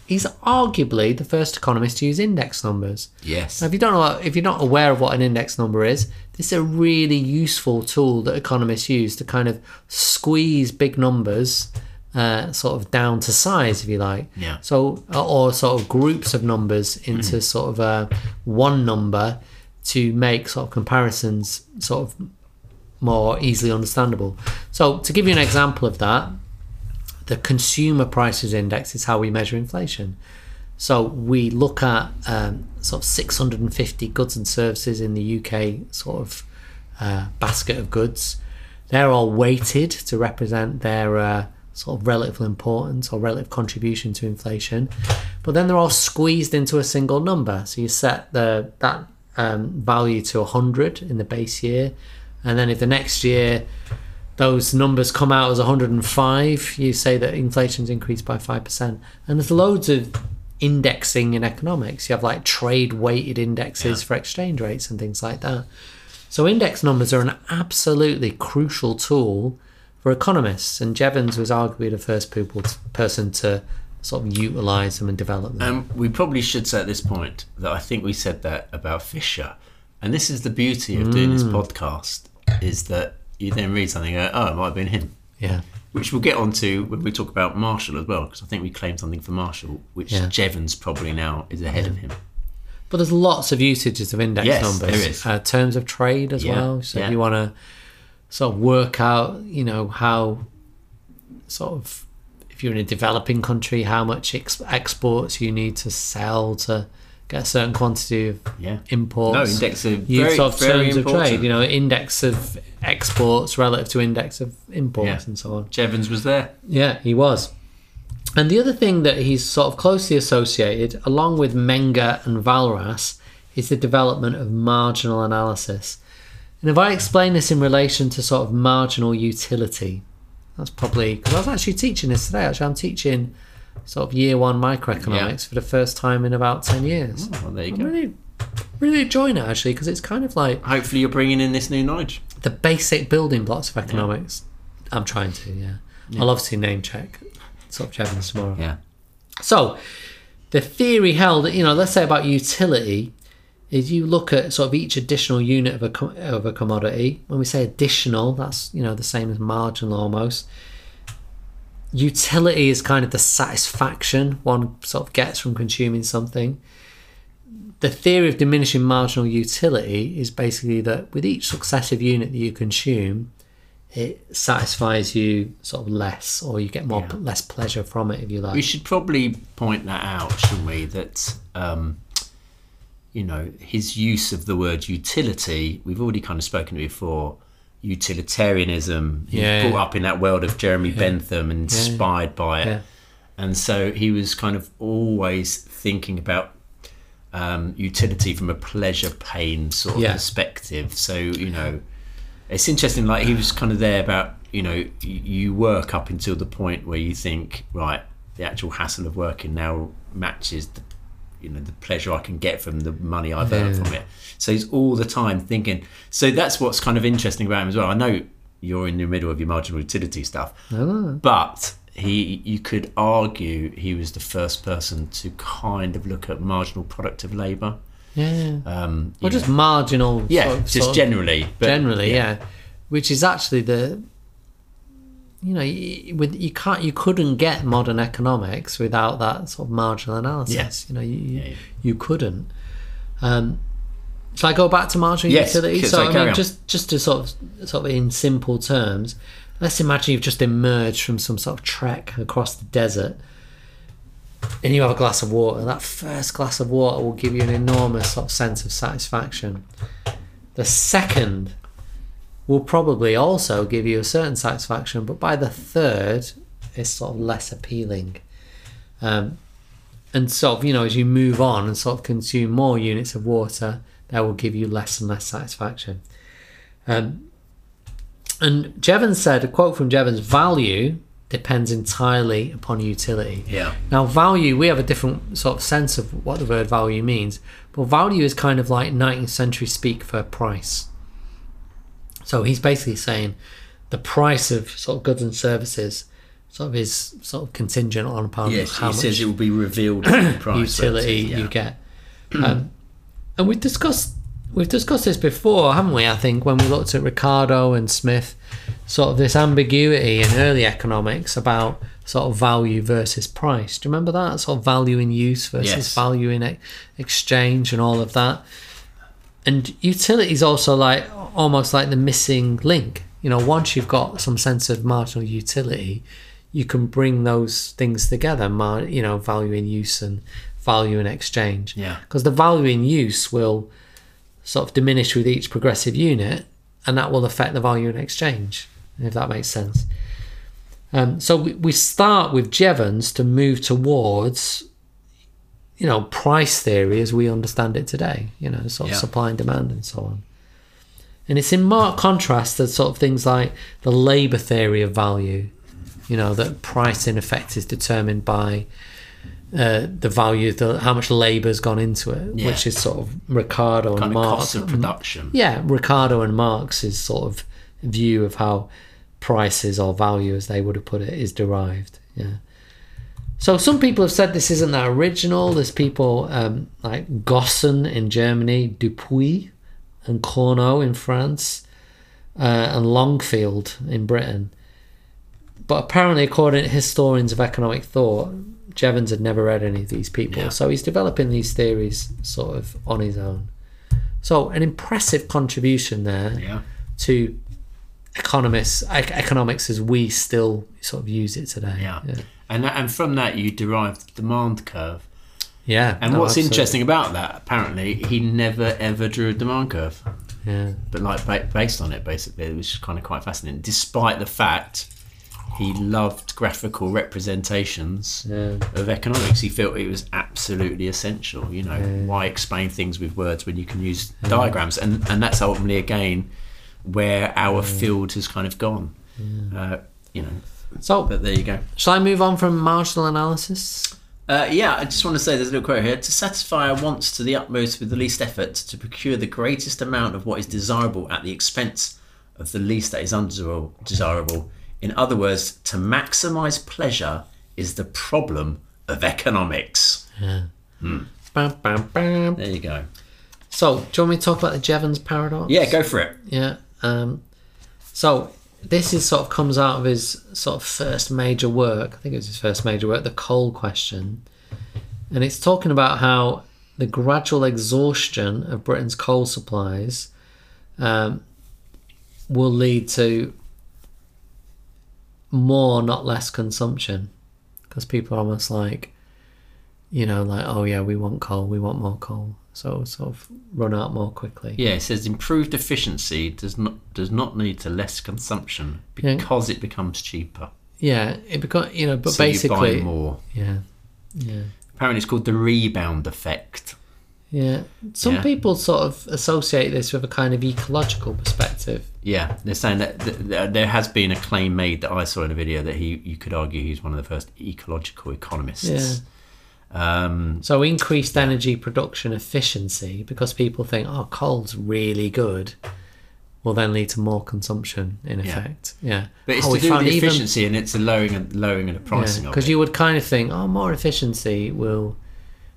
B: he's arguably the first economist to use index numbers.
A: yes,
B: Now, if you don't know, if you're not aware of what an index number is, this is a really useful tool that economists use to kind of squeeze big numbers, uh, sort of down to size, if you like.
A: Yeah.
B: So, uh, or sort of groups of numbers into sort of a one number to make sort of comparisons, sort of more easily understandable. So, to give you an example of that, the consumer prices index is how we measure inflation. So we look at um, sort of 650 goods and services in the UK sort of uh, basket of goods. They're all weighted to represent their uh, sort of relative importance or relative contribution to inflation, but then they're all squeezed into a single number. So you set the that um, value to 100 in the base year, and then if the next year those numbers come out as 105, you say that inflation's increased by 5%. And there's loads of indexing in economics. You have like trade weighted indexes for exchange rates and things like that. So index numbers are an absolutely crucial tool for economists. And Jevons was arguably the first people person to sort of utilize them and develop them.
A: Um, we probably should say at this point that I think we said that about Fisher, and this is the beauty of doing this
B: Mm.
A: podcast is that you then read something. And go, oh, it might have been him.
B: yeah.
A: Which we'll get onto when we talk about Marshall as well, because I think we claimed something for Marshall, which
B: Yeah.
A: Jevons probably now is ahead of him.
B: But there's lots of usages of index
A: Yes,
B: numbers.
A: there is.
B: Uh, terms of trade as
A: Yeah,
B: well. So
A: yeah.
B: if you want to sort of work out, you know, how sort of if you're in a developing country, how much ex- exports you need to sell to get a certain quantity of
A: Yeah. No,
B: imports.
A: index are
B: Use
A: very,
B: of
A: very
B: terms
A: important.
B: of trade, you know, index of exports relative to index of imports
A: Yeah.
B: and so on.
A: Jevons was there.
B: Yeah, he was. And the other thing that he's sort of closely associated, along with Menger and Valras, is the development of marginal analysis. And if I explain this in relation to sort of marginal utility, that's probably because I was actually teaching this today. Actually, I'm teaching sort of year one microeconomics for the first time in about 10 years.
A: Well, there you
B: I'm
A: go.
B: really, really enjoying it actually because it's kind of like
A: Hopefully, you're bringing in this new knowledge.
B: the basic building blocks of economics. I'm trying to, yeah. I'll obviously name check sort of Jevons tomorrow.
A: Yeah.
B: So, the theory held that, you know, let's say about utility, is you look at sort of each additional unit of a, com- of a commodity. When we say additional, that's, you know, the same as marginal almost. Utility is kind of the satisfaction one sort of gets from consuming something. The theory of diminishing marginal utility is basically that with each successive unit that you consume, it satisfies you sort of less, or you get more
A: Yeah.
B: less pleasure from it, if you like.
A: We should probably point that out, shouldn't we? That, um, you know, his use of the word utility, we've already kind of spoken to before. utilitarianism. He was
B: Yeah,
A: brought
B: yeah.
A: up in that world of Jeremy Bentham and
B: Yeah.
A: inspired by it.
B: Yeah.
A: And so he was kind of always thinking about um, utility from a pleasure pain sort of
B: Yeah.
A: perspective. So, you know, it's interesting, like he was kind of there about, you know, y- you work up until the point where you think, right, the actual hassle of working now matches the you know the pleasure I can get from the money I've earned
B: Yeah.
A: from it. So he's all the time thinking. So that's what's kind of interesting about him as well. I know you're in the middle of your marginal utility stuff, but he you could argue he was the first person to kind of look at marginal product of labour.
B: Yeah.
A: Um, you
B: Or just
A: know.
B: marginal.
A: yeah,
B: sort of-
A: just
B: sort of-
A: generally, but-
B: generally, yeah. Which is actually the, you know, y- with you can't you couldn't get modern economics without that sort of marginal analysis.
A: Yes.
B: You know, you you,
A: Yeah, yeah.
B: you couldn't. Um, shall I go back to marginal
A: Yes,
B: utility?
A: c-
B: So
A: sorry,
B: I
A: carry
B: mean,
A: on.
B: just just to sort of sort of in simple terms, let's imagine you've just emerged from some sort of trek across the desert. And you have a glass of water. That first glass of water will give you an enormous sort of sense of satisfaction. The second will probably also give you a certain satisfaction, but by the third, it's sort of less appealing. Um, and sort of, you know, as you move on and sort of consume more units of water, that will give you less and less satisfaction. Um, and Jevons said, a quote from Jevons value depends entirely upon utility.
A: Yeah.
B: Now, value, we have a different sort of sense of what the word value means, but value is kind of like 19th century speak for price. So he's basically saying the price of sort of goods and services sort of is sort of contingent on upon
A: Yes,
B: how
A: he
B: much
A: says it will be revealed in the price.
B: utility
A: relative, yeah.
B: you get. Um, and we've discussed we've discussed this before, haven't we? I think when we looked at Ricardo and Smith, sort of this ambiguity in early economics about sort of value versus price. Do you remember that sort of value in use versus
A: Yes.
B: value in e- exchange and all of that? And utility is also like almost like the missing link. You know, once you've got some sense of marginal utility, you can bring those things together. Mar- you know, value in use and value in exchange.
A: Yeah.
B: Because the value in use will sort of diminish with each progressive unit, and that will affect the value in exchange. If that makes sense. Um, so we, we start with Jevons to move towards, you know, price theory as we understand it today, you know, sort of
A: Yeah.
B: supply and demand and so on. And it's in marked contrast to sort of things like the labor theory of value, you know, that price in effect is determined by uh, the value, the, how much labor's gone into it,
A: Yeah.
B: which is sort of Ricardo and
A: Kind of
B: Marx
A: cost of production.
B: yeah, Ricardo and Marx's sort of view of how prices or value, as they would have put it, is derived. Yeah. So some people have said this isn't that original. There's people um, like Gossen in Germany, Dupuy and Corneau in France, uh, and Longfield in Britain. But apparently, according to historians of economic thought, Jevons had never read any of these people.
A: Yeah.
B: So he's developing these theories sort of on his own. So an impressive contribution there
A: Yeah.
B: to economists ec- economics as we still sort of use it today.
A: Yeah.
B: Yeah.
A: And, that, and from that, you derive the demand curve.
B: Yeah.
A: And
B: No,
A: what's
B: absolutely.
A: interesting about that, apparently, he never ever drew a demand curve,
B: Yeah.
A: but like ba- based on it, basically, which is kind of quite fascinating. Despite the fact he loved graphical representations
B: Yeah.
A: of economics, he felt it was absolutely essential. You know, why explain things with words when you can use diagrams? And and that's ultimately again where our field has kind of gone. Uh, you know,
B: So
A: but there you go.
B: shall I move on from marginal analysis?
A: Uh, yeah, I just want to say there's a little quote here. To satisfy our wants to the utmost with the least effort, to procure the greatest amount of what is desirable at the expense of the least that is undesirable. In other words, to maximize pleasure is the problem of economics.
B: Bam, bam, bam.
A: There you go.
B: So do you want me to talk about the Jevons paradox?
A: Yeah, go for it.
B: Yeah. Um, so this is sort of comes out of his sort of first major work. I think it was his first major work, The Coal Question. And it's talking about how the gradual exhaustion of Britain's coal supplies um, will lead to more, not less consumption. Because people are almost like, you know, like, oh yeah, we want coal, we want more coal. So sort of run out more quickly.
A: Yeah, it says improved efficiency does not does not lead to less consumption
B: Yeah.
A: because it becomes cheaper.
B: Yeah, it become you know, but
A: so
B: basically,
A: you buy more.
B: yeah, yeah,
A: Apparently, it's called the rebound effect.
B: yeah. Some
A: Yeah.
B: people sort of associate this with a kind of ecological perspective.
A: Yeah, they're saying that th- th- there has been a claim made that I saw in a video that he you could argue he's one of the first ecological economists. Um,
B: So increased energy production efficiency because people think, oh, coal's really good, will then lead to more consumption in effect. Yeah,
A: but it's
B: Oh,
A: to
B: we
A: do with
B: found
A: the
B: even-
A: efficiency and it's the lowering and lowering of the pricing of
B: because
A: it.
B: you would kind of think, oh, more efficiency will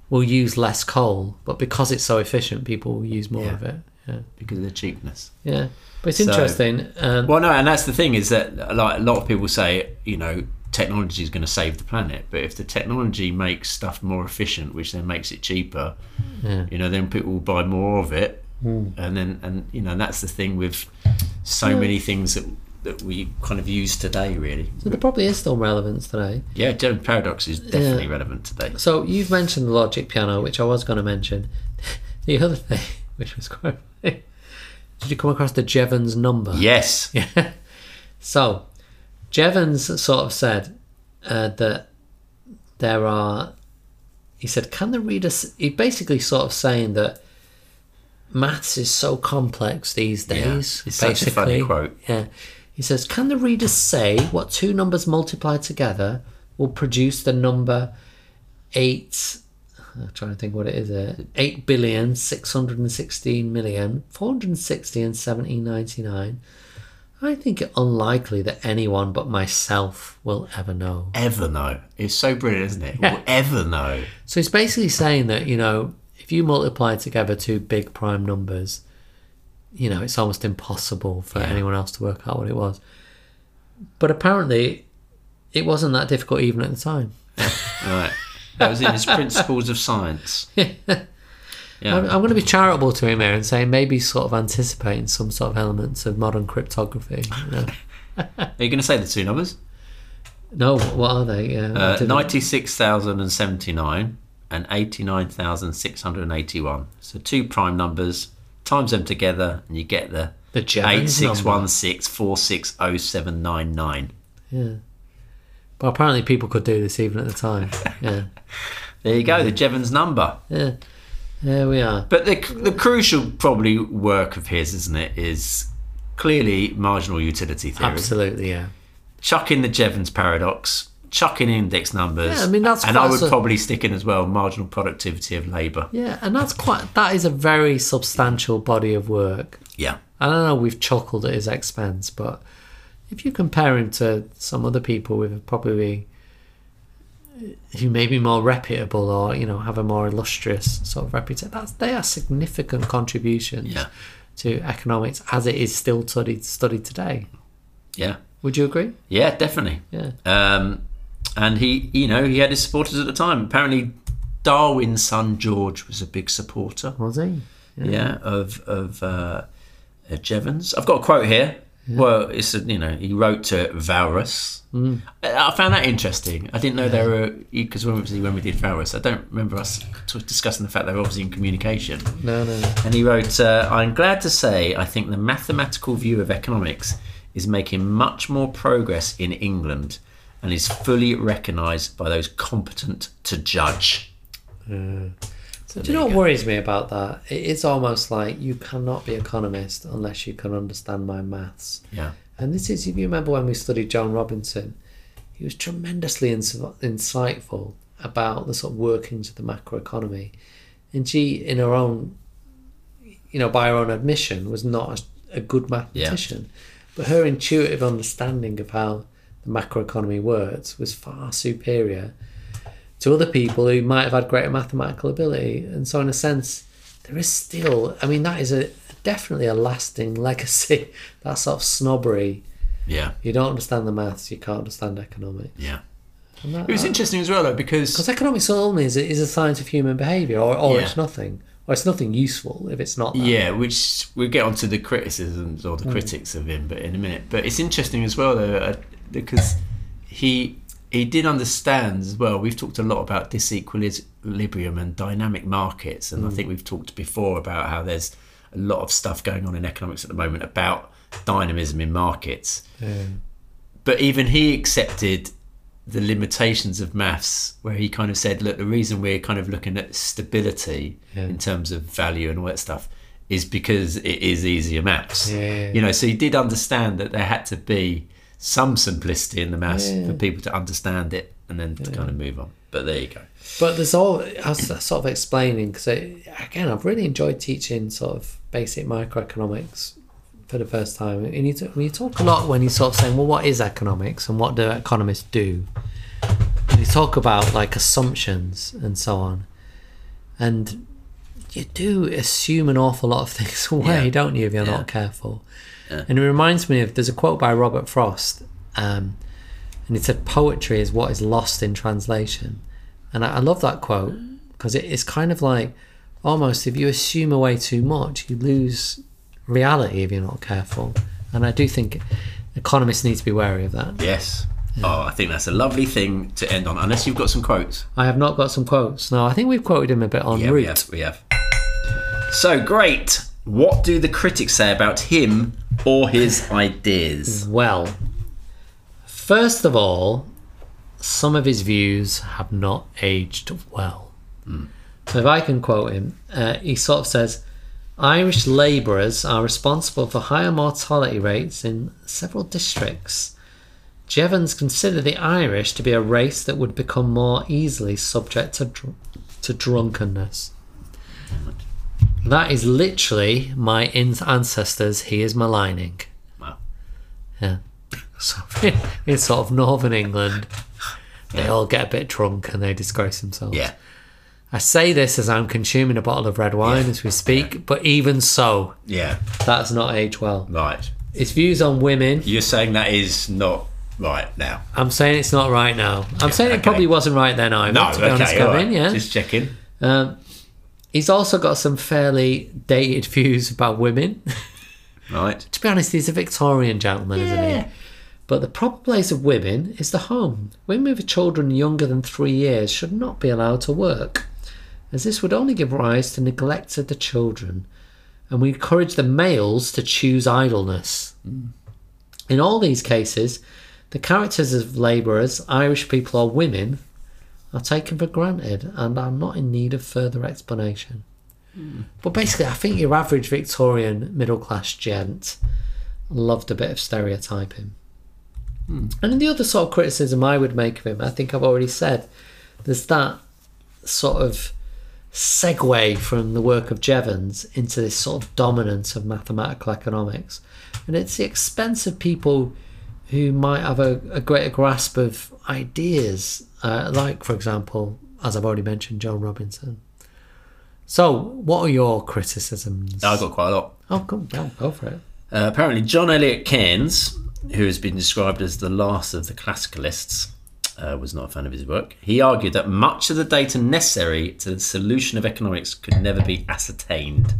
B: will use less coal, but because it's so efficient, people will use more
A: Yeah.
B: of it. Yeah,
A: because of the cheapness.
B: yeah. But it's
A: So-
B: interesting. Um,
A: Well, no, and that's the thing is that like a lot of people say, you know, technology is going to save the planet, but if the technology makes stuff more efficient, which then makes it cheaper,
B: Yeah.
A: you know, then people will buy more of it,
B: Hmm.
A: and then and you know that's the thing with so many things that that we kind of use today, really.
B: so there probably is still relevance today.
A: Yeah, Jones paradox is definitely relevant today.
B: So you've mentioned the Logic piano, which I was going to mention. the other thing, which was quite funny, did you come across the Jevons number?
A: Yes,
B: Yeah. So, Jevons sort of said uh, that there are. He said, "Can the reader?" s-" He basically sort of saying that maths is so complex these days.
A: it's such a funny
B: basically.
A: quote.
B: Yeah. He says, "Can the reader say what two numbers multiplied together will produce the number eight? I'm trying to think what it is. Here. Eight billion six hundred and sixteen million four hundred and sixty and seventeen ninety nine. I think it unlikely that anyone but myself will ever know.
A: ever know. It's so brilliant, isn't it? We'll ever know.
B: So it's basically saying that you know, if you multiply together two big prime numbers, you know, it's almost impossible for anyone else to work out what it was. But apparently, it wasn't that difficult even at the time.
A: Right. That was in his Principles of Science.
B: I'm,
A: Yeah.
B: I'm going to be charitable to him here and say maybe sort of anticipating some sort of elements of modern cryptography. you know.
A: Are you going to say the two numbers?
B: no, what are they? Yeah, I
A: Uh,
B: didn't-
A: 96,079 and 89,681. So two prime numbers, times them together, and you get the
B: the Jevons number.
A: 8616460799.
B: Yeah. But apparently, people could do this even at the time. Yeah,
A: There you go, the Jevons number.
B: yeah. There we are.
A: But the, the crucial, probably, work of his, isn't it, is clearly marginal utility theory.
B: Absolutely, yeah.
A: Chuck in the Jevons paradox, chuck in index numbers.
B: Yeah, I mean, that's
A: and I
B: quite
A: would
B: a-
A: probably stick in as well marginal productivity of labour.
B: Yeah, and that's quite that is a very substantial body of work.
A: Yeah.
B: And I don't know we've chuckled at his expense, but if you compare him to some other people with probably uh, who may be more reputable or you know have a more illustrious sort of reputation, that's they are significant contributions
A: Yeah.
B: to economics as it is still studied studied today.
A: Yeah.
B: Would you agree?
A: Yeah, definitely.
B: Yeah.
A: Um, and he, you know, he had his supporters at the time. Apparently, Darwin's son George was a big supporter.
B: Was he?
A: Yeah, of of uh, uh, Jevons. I've got a quote here. Well, it's a, you know he wrote to Valrus. Mm. I I found that interesting. I didn't know they were because obviously when we did Valrus, I don't remember us t- discussing the fact they were obviously in communication.
B: No, no.
A: And he wrote, uh, I'm glad to say I think the mathematical view of economics is making much more progress in England and is fully recognised by those competent to judge.
B: Do you know what worries me about that? It is almost like you cannot be economist unless you can understand my maths.
A: Yeah.
B: And this is, if you remember when we studied John Robinson, he was tremendously ins- insightful about the sort of workings of the macroeconomy. And she, in her own, you know, by her own admission, was not a, a good mathematician. But her intuitive understanding of how the macroeconomy works was far superior to other people who might have had greater mathematical ability. And so, in a sense, there is still, I mean, that is a definitely a lasting legacy. That sort of snobbery.
A: Yeah.
B: You don't understand the maths, you can't understand economics.
A: Yeah.
B: And that,
A: It was interesting as well, though, Uh, because.
B: because economics only is, is a science of human behaviour, or, or
A: Yeah.
B: it's nothing, or it's nothing useful if it's not. That.
A: Yeah, which we'll get onto the criticisms or the critics of him, but in a minute. But it's interesting as well, though, uh, because he he did understand as well. We've talked a lot about disequilibrium and dynamic markets, and I think we've talked before about how there's a lot of stuff going on in economics at the moment about dynamism in markets.
B: Yeah.
A: But even he accepted the limitations of maths, where he kind of said, "Look, the reason we're kind of looking at stability
B: Yeah.
A: in terms of value and all that stuff is because it is easier maths."
B: Yeah.
A: You know, so he did understand that there had to be some simplicity in the maths
B: Yeah.
A: for people to understand it and then to kind of move on. But there you go.
B: But there's all I was sort of explaining because again, I've really enjoyed teaching sort of basic microeconomics for the first time. And you, t- you talk a lot when you're sort of saying, well, what is economics and what do economists do? And you talk about like assumptions and so on, and you do assume an awful lot of things away,
A: Yeah.
B: don't you, if you're
A: Yeah.
B: not careful?
A: Yeah.
B: And it reminds me of there's a quote by Robert Frost. Um, and he said poetry is what is lost in translation and i, I love that quote because it, it's kind of like almost if you assume away too much you lose reality if you're not careful and i do think economists need to be wary of that
A: Yes. Oh, I think that's a lovely thing to end on. Unless you've got some quotes.
B: i have not got some quotes no i think we've quoted him a bit on
A: Yeah, we
B: route
A: have. We have. So great. What do the critics say about him or his ideas?
B: well first of all some of his views have not aged well So if I can quote him, uh, he sort of says, Irish labourers are responsible for higher mortality rates in several districts. Jevons considered the Irish to be a race that would become more easily subject to, dr- to drunkenness. That is literally my in- ancestors he is maligning.
A: Wow.
B: Yeah. So in, in sort of northern England, they all get a bit drunk and they disgrace themselves.
A: Yeah.
B: I say this as I'm consuming a bottle of red wine as we speak, but even so,
A: Yeah.
B: that's not age well.
A: Right.
B: His views on women,
A: You're saying that is not right now.
B: I'm saying it's not right now. I'm saying
A: okay.
B: it probably wasn't right then either,
A: No.
B: to be
A: okay.
B: honest,
A: all right.
B: Kevin, yeah.
A: Just checking.
B: Um, he's also got some fairly dated views about women.
A: Right.
B: to be honest, he's a Victorian gentleman, isn't he? But the proper place of women is the home. Women with children younger than three years should not be allowed to work, as this would only give rise to neglect of the children. And we encourage the males to choose idleness. In all these cases, the characters of labourers, Irish people, or women, are taken for granted and are not in need of further explanation. But basically, I think your average Victorian middle class gent loved a bit of stereotyping. And then the other sort of criticism I would make of him, I think I've already said, there's that sort of segue from the work of Jevons into this sort of dominance of mathematical economics. And it's the expense of people who might have a, a greater grasp of ideas, uh, like, for example, as I've already mentioned, John Robinson. So, what are your criticisms?
A: I got quite a lot.
B: Oh, go, go, go for it.
A: Uh, apparently, John Elliot Cairns, who has been described as the last of the classicalists, uh, was not a fan of his work. He argued that much of the data necessary to the solution of economics could never be ascertained.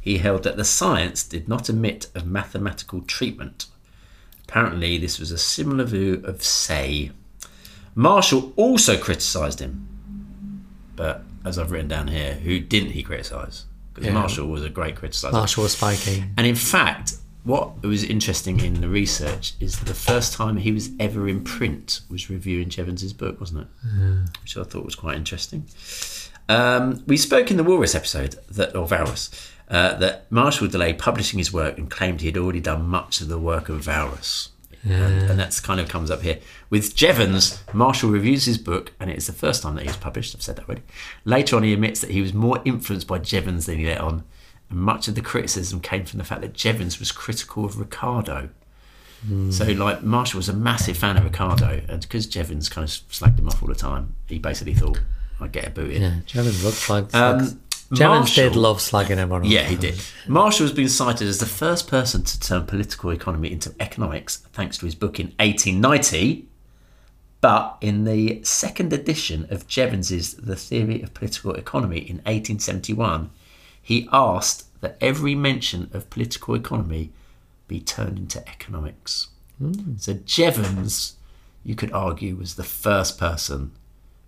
A: He held that the science did not admit of mathematical treatment. Apparently, this was a similar view of Say. Marshall also criticised him, but as I've written down here, who didn't he criticise? Because
B: Yeah.
A: Marshall was a great criticiser.
B: Marshall was spiking.
A: And in fact, what was interesting in the research is that the first time he was ever in print was reviewing Jevons's book, wasn't it? Which I thought was quite interesting. Um, we spoke in the Walrus episode that, or Valrus, uh, that Marshall delayed publishing his work and claimed he had already done much of the work of Valrus. And, and that's kind of comes up here. With Jevons, Marshall reviews his book, and it is the first time that he was published. I've said that already. Later on, he admits that he was more influenced by Jevons than he let on, and much of the criticism came from the fact that Jevons was critical of Ricardo. So, like, Marshall was a massive fan of Ricardo, and because Jevons kind of slagged him off all the time, he basically thought, I'd get a boot in.
B: Yeah, Jevons loved slag. slags.
A: Um,
B: Jevons did
A: Marshall-
B: love slagging everyone. off.
A: Yeah, he did. Marshall has been cited as the first person to turn political economy into economics thanks to his book in 1890. But in the second edition of Jevons's The Theory of Political Economy in 1871, he asked that every mention of political economy be turned into economics. So Jevons you could argue was the first person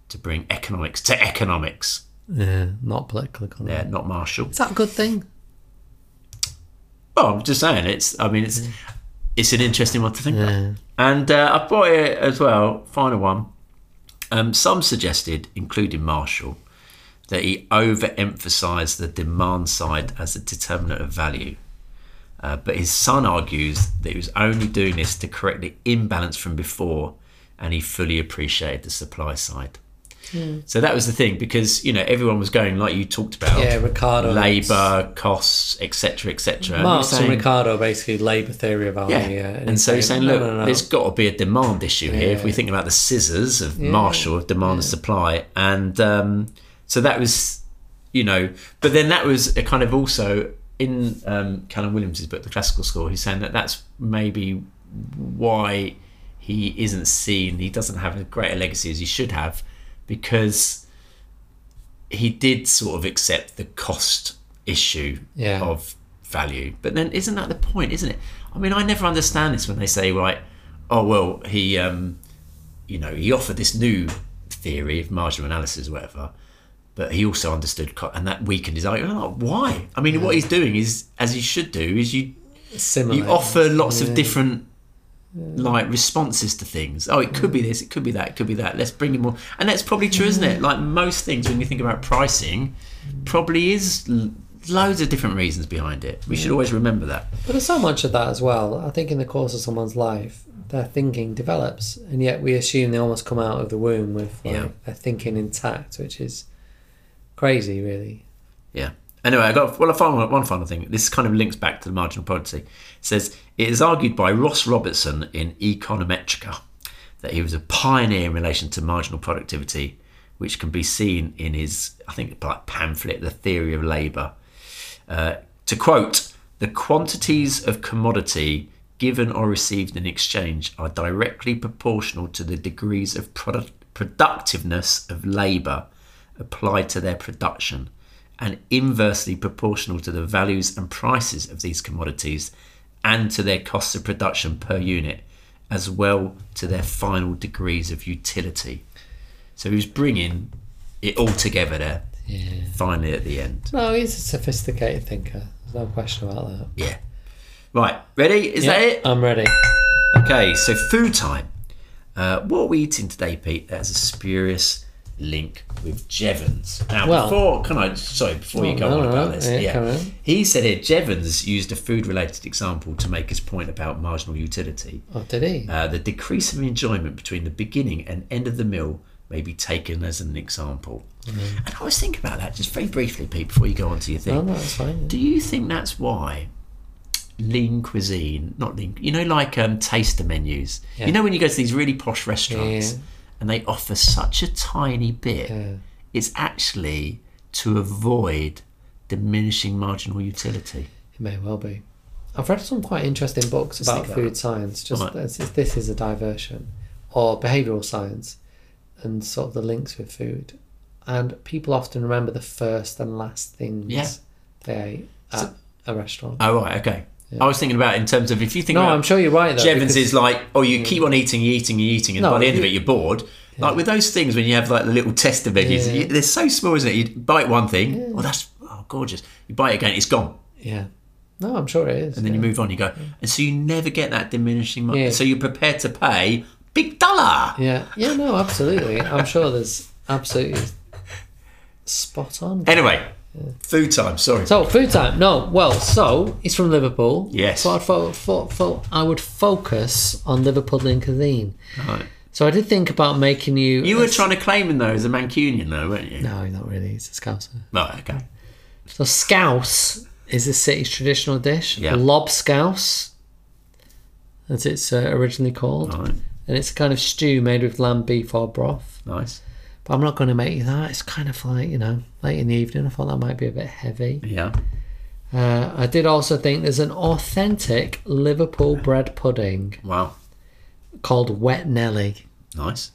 A: to bring economics to economics.
B: Yeah, not political economy.
A: Yeah, not Marshall.
B: Is that a good thing?
A: Well, I'm just saying it's. I mean, it's it's an interesting one to think about.
B: Yeah.
A: And uh, I brought it as well. Final one. Um, some suggested, including Marshall, that he overemphasised the demand side as a determinant of value. Uh, but his son argues that he was only doing this to correct the imbalance from before, and he fully appreciated the supply side. So that was the thing because you know everyone was going like you talked about
B: Yeah, Ricardo.
A: labour costs etc etc. And
B: Marx
A: you're
B: and
A: saying-
B: Ricardo basically labour theory of value.
A: yeah. And, so you're saying,
B: no,
A: look,
B: no, no.
A: there's got to be a demand issue here. If we
B: Yeah.
A: think about the scissors of Marshall, of demand and supply. And um, so that was, you know, but then that was a kind of also in um, Callum Williams's book, The Classical School, he's saying that that's maybe why he isn't seen, he doesn't have as great a legacy as he should have because he did sort of accept the cost issue
B: Yeah.
A: of value. But then isn't that the point, isn't it? I mean, I never understand this when they say, right, oh, well, he, um, you know, he offered this new theory of marginal analysis or whatever, but he also understood, co- and that weakened his argument. I'm like, why? I mean, what he's doing is, as he should do, is you
B: similar.
A: you offer lots
B: Yeah.
A: of different like responses to things. Oh, it could be this, it could be that, it could be that. Let's bring in more, and that's probably true, isn't it? Like most things, when you think about pricing, probably is l- loads of different reasons behind it. We should always remember that.
B: But there's so much of that as well. I think in the course of someone's life, their thinking develops, and yet we assume they almost come out of the womb with like,
A: Yeah.
B: their thinking intact, which is crazy, really.
A: Yeah. Anyway, I got well. A final, one final thing. This kind of links back to the marginal policy. It says it is argued by Ross Robertson in Econometrica that he was a pioneer in relation to marginal productivity, which can be seen in his I think like pamphlet, The Theory of Labour. Uh, to quote, the quantities of commodity given or received in exchange are directly proportional to the degrees of product- productiveness of labour applied to their production and inversely proportional to the values and prices of these commodities and to their costs of production per unit as well to their final degrees of utility. So he was bringing it all together there
B: Yeah.
A: finally at the end.
B: No, he's a sophisticated thinker. There's no question about that.
A: Yeah. Right, ready? Is that
B: Yeah,
A: it?
B: I'm ready.
A: Okay, so food time. Uh, what are we eating today, Pete? That's a spurious link with Jevons. Now,
B: Well-
A: before can I? Sorry, before you
B: Oh,
A: go
B: no,
A: on
B: no,
A: about
B: no.
A: this,
B: Yeah, carry
A: yeah,
B: on.
A: he said here Jevons used a food-related example to make his point about marginal utility.
B: Oh, did he?
A: Uh, the decrease of enjoyment between the beginning and end of the meal may be taken as an example.
B: Mm-hmm.
A: And I was thinking about that just very briefly, Pete, before you go on to your thing.
B: Oh, No, no, that's fine.
A: Do you think that's why lean cuisine, not lean, you know, like um, taster menus?
B: Yeah.
A: You know, when you go to these really posh restaurants
B: Yeah.
A: and they offer such a tiny bit,
B: Yeah.
A: it's actually to avoid diminishing marginal utility.
B: It may well be. I've read some quite interesting books about
A: think about
B: food science. Just
A: Right.
B: this, is- this is a diversion, or behavioural science, and sort of the links with food. And people often remember the first and last things
A: Yeah.
B: they ate at a restaurant.
A: Oh, right, okay. I was thinking about in terms of if you think
B: no,
A: about
B: I'm sure you're right. Though,
A: Jevons
B: because-
A: is like, oh, you keep on eating, you eating, you eating, and
B: No,
A: by the end
B: you-
A: of it, you're bored. Like with those things, when you have like the little tester veggies,
B: Yeah.
A: you- they're so small, isn't it? You bite one thing, oh, that's oh, gorgeous. You bite it again, it's gone.
B: yeah. No, I'm sure it is.
A: And then
B: yeah.
A: you move on, you go. And so you never get that diminishing money.
B: Yeah.
A: So you're prepared to pay big dollar.
B: yeah, yeah, no, absolutely. I'm sure there's absolutely spot on.
A: Anyway, food time, sorry.
B: So food time. No, well, so he's from Liverpool.
A: Yes.
B: So I'd fo- fo- fo- I would focus on Liverpudlian cuisine.
A: Right.
B: So I did think about making you.
A: You were trying to claim him though as a Mancunian though, weren't you?
B: No, not really. It's a scouser.
A: Right, okay.
B: So scouse is the city's traditional dish.
A: Yeah.
B: Lob scouse, as it's uh, originally called,
A: Right,
B: and it's a kind of stew made with lamb, beef, or broth.
A: nice.
B: But I'm not going to make you that. It's kind of like you know, late in the evening. I thought that might be a bit heavy.
A: Yeah.
B: Uh, I did also think there's an authentic Liverpool bread pudding
A: Wow.
B: called Wet Nelly.
A: Nice.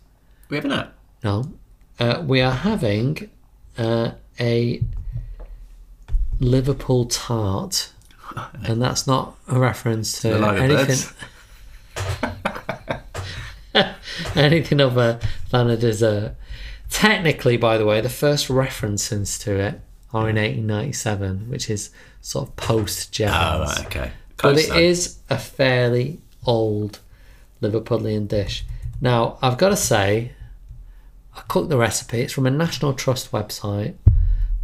A: We having that?
B: No, uh, we are having uh, a Liverpool tart, and that's not a reference to
A: The Lyrebirds.
B: anything. anything other than a dessert. Technically, by the way, the first references to it are in 1897, which is sort of post
A: Oh,
B: Jevons.
A: right, okay.
B: But
A: Close
B: it
A: though.
B: is a fairly old Liverpudlian dish. Now, I've got to say, I cooked the recipe. It's from a National Trust website,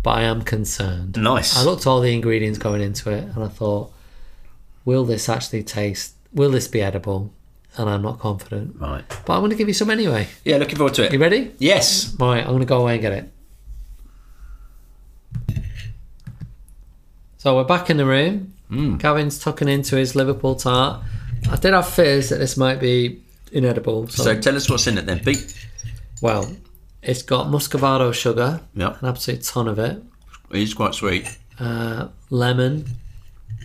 B: but I am concerned.
A: nice.
B: I looked at all the ingredients going into it and I thought, will this actually taste, will this be edible? And I'm not confident.
A: right.
B: But I'm going to give you some anyway.
A: Yeah, looking forward to
B: You
A: it.
B: ready?
A: Yes.
B: Right, I'm going to go away and get it. So we're back in the room. Gavin's tucking into his Liverpool tart. I did have fears that this might be inedible. So,
A: So tell us what's in it then. Big.
B: well, it's got muscovado sugar,
A: Yeah,
B: an absolute ton of it.
A: it is quite sweet.
B: Uh, lemon,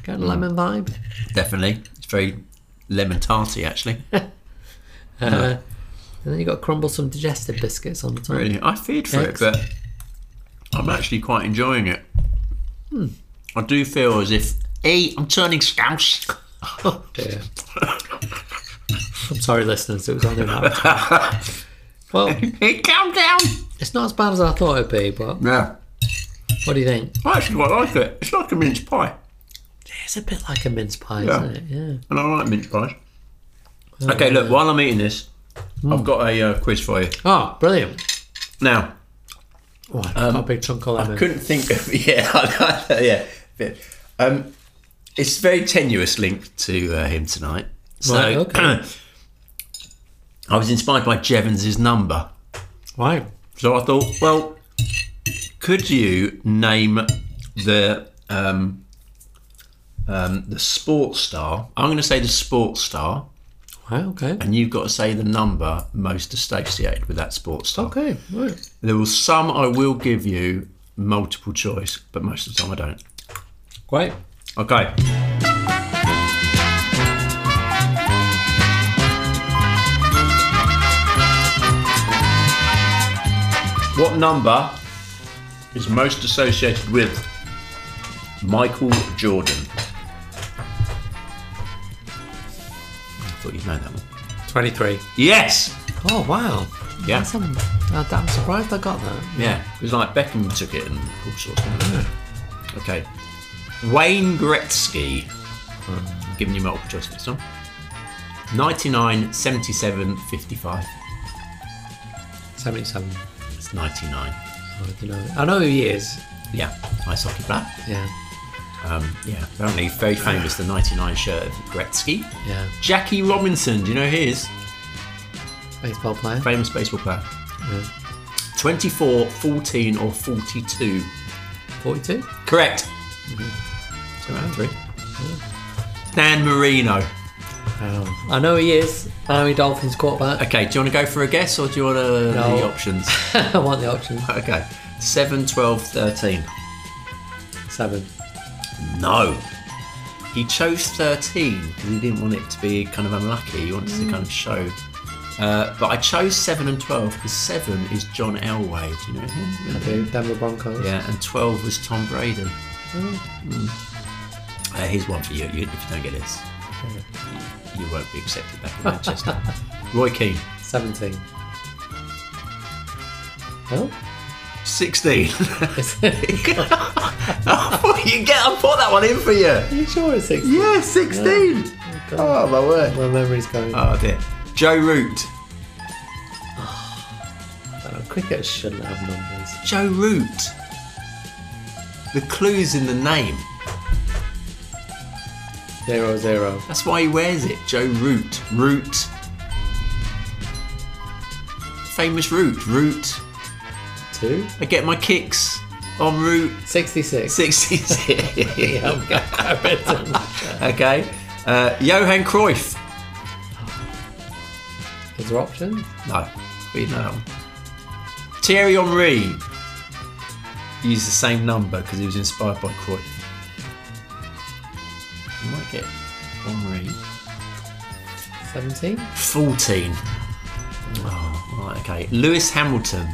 B: got a lemon vibe.
A: Definitely. It's very lemon tarty, actually.
B: Uh, and then you got to crumble some digestive biscuits on the top.
A: Really, I feared for it, but I'm actually quite enjoying it. Hmm. I do feel as if, hey, I'm turning scouse.
B: Yeah. Oh, I'm sorry, listeners. It was only that. well,
A: Hey, calm down.
B: it's not as bad as I thought it'd be, but
A: Yeah,
B: what do you think?
A: I actually quite like it. It's like a mince pie,
B: It's a bit like a mince pie, isn't it? Yeah.
A: and I like mince pies. Okay,
B: uh,
A: look, while I'm eating this,
B: hmm.
A: I've got a uh, quiz for you.
B: Oh, brilliant.
A: Now,
B: Oh, I've got a big chunk of lemon.
A: couldn't think of yeah, I like that, yeah. Bit. Um, it's very tenuous link to uh, him tonight. So
B: Right, okay.
A: I was inspired by Jevons's number.
B: Right.
A: So I thought, well, could you name the um, um, the sports star? I'm going to say the sports star,
B: Right, okay.
A: and you've got to say the number most associated with that sports star.
B: Okay, right.
A: There will some I will give you multiple choice, but most of the time I don't.
B: Great.
A: Okay. What number is most associated with Michael Jordan? I thought you'd know that one.
B: 23.
A: Yes!
B: Oh, wow.
A: Yeah.
B: That's a, uh, I'm surprised I got that.
A: Yeah, because like Beckham took it and all sorts of things. Okay. Wayne Gretzky. I'm giving you multiple choice for this one. 99, 77, 55.
B: 77.
A: It's 99.
B: I don't know. I know who he is.
A: Yeah, ice hockey player.
B: Yeah.
A: Um, yeah, apparently very famous, the 99 shirt of Gretzky.
B: Yeah.
A: Jackie Robinson, do you know who he is?
B: Baseball player.
A: Famous baseball player.
B: Yeah.
A: 24, 14 or 42.
B: 42.
A: Correct. So round three. Dan Marino.
B: Oh. I know he is. Miami Dolphins quarterback.
A: Okay, do you want to go for a guess or do you want to
B: No.
A: the options?
B: I want the option.
A: Okay. 7, 12, 13.
B: Seven.
A: No. He chose 13 because he didn't want it to be kind of unlucky. He wanted to kind of show. Uh, but I chose 7 and 12 because 7 is John Elway. Do you know him?
B: I do. Denver Broncos.
A: Yeah, and 12 was Tom Brady. Mm. Uh, here's one for you, you if you don't get this. You won't be accepted back in Manchester. Roy Keane,
B: 17. Oh?
A: 16.
B: Is it?
A: I thought Oh, you get. I put that one in for you.
B: Are you sure it's 16?
A: Yeah, sixteen. Oh my word.
B: My memory's going.
A: Oh dear. Joe Root.
B: I don't know. Cricket shouldn't have numbers.
A: Joe Root. The clue's in the name.
B: Zero, zero.
A: That's why he wears it. Joe Root. Root. Famous Root. Root.
B: Two?
A: I get my kicks on Route
B: 66.
A: 66.
B: Yeah, I'm going quite a bit.
A: okay. Uh, Johan Cruyff.
B: Is there options?
A: No, we know. Thierry Henry used the same number because he was inspired by Cruyff. You might get Henry.
B: 17?
A: 14. Oh, right, okay. Lewis Hamilton.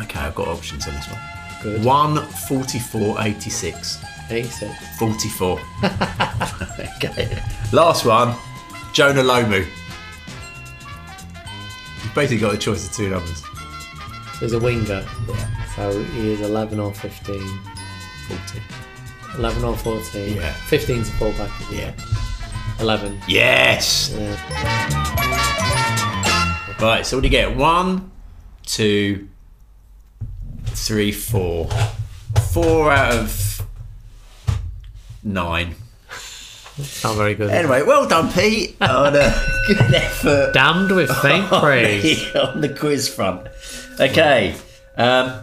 A: Okay, I've got options on this one.
B: Good.
A: 1, 44, 86.
B: 86.
A: 44. okay. Last one. Jonah Lomu. You've basically got a choice of two numbers.
B: There's a winger,
A: Yeah.
B: so he is 11 or 15.
C: 40.
B: 11 or 14.
A: Yeah.
B: 15's a fullback. isn't it?
A: Yeah.
B: 11.
A: Yes.
B: Yeah.
A: Right. So what do you get? One, two, three, four. Four out of nine.
B: Not very good.
C: Anyway, well done, Pete, on a good effort
B: Damned with faint
A: Oh,
B: praise.
C: on the, on the quiz front. Okay, um,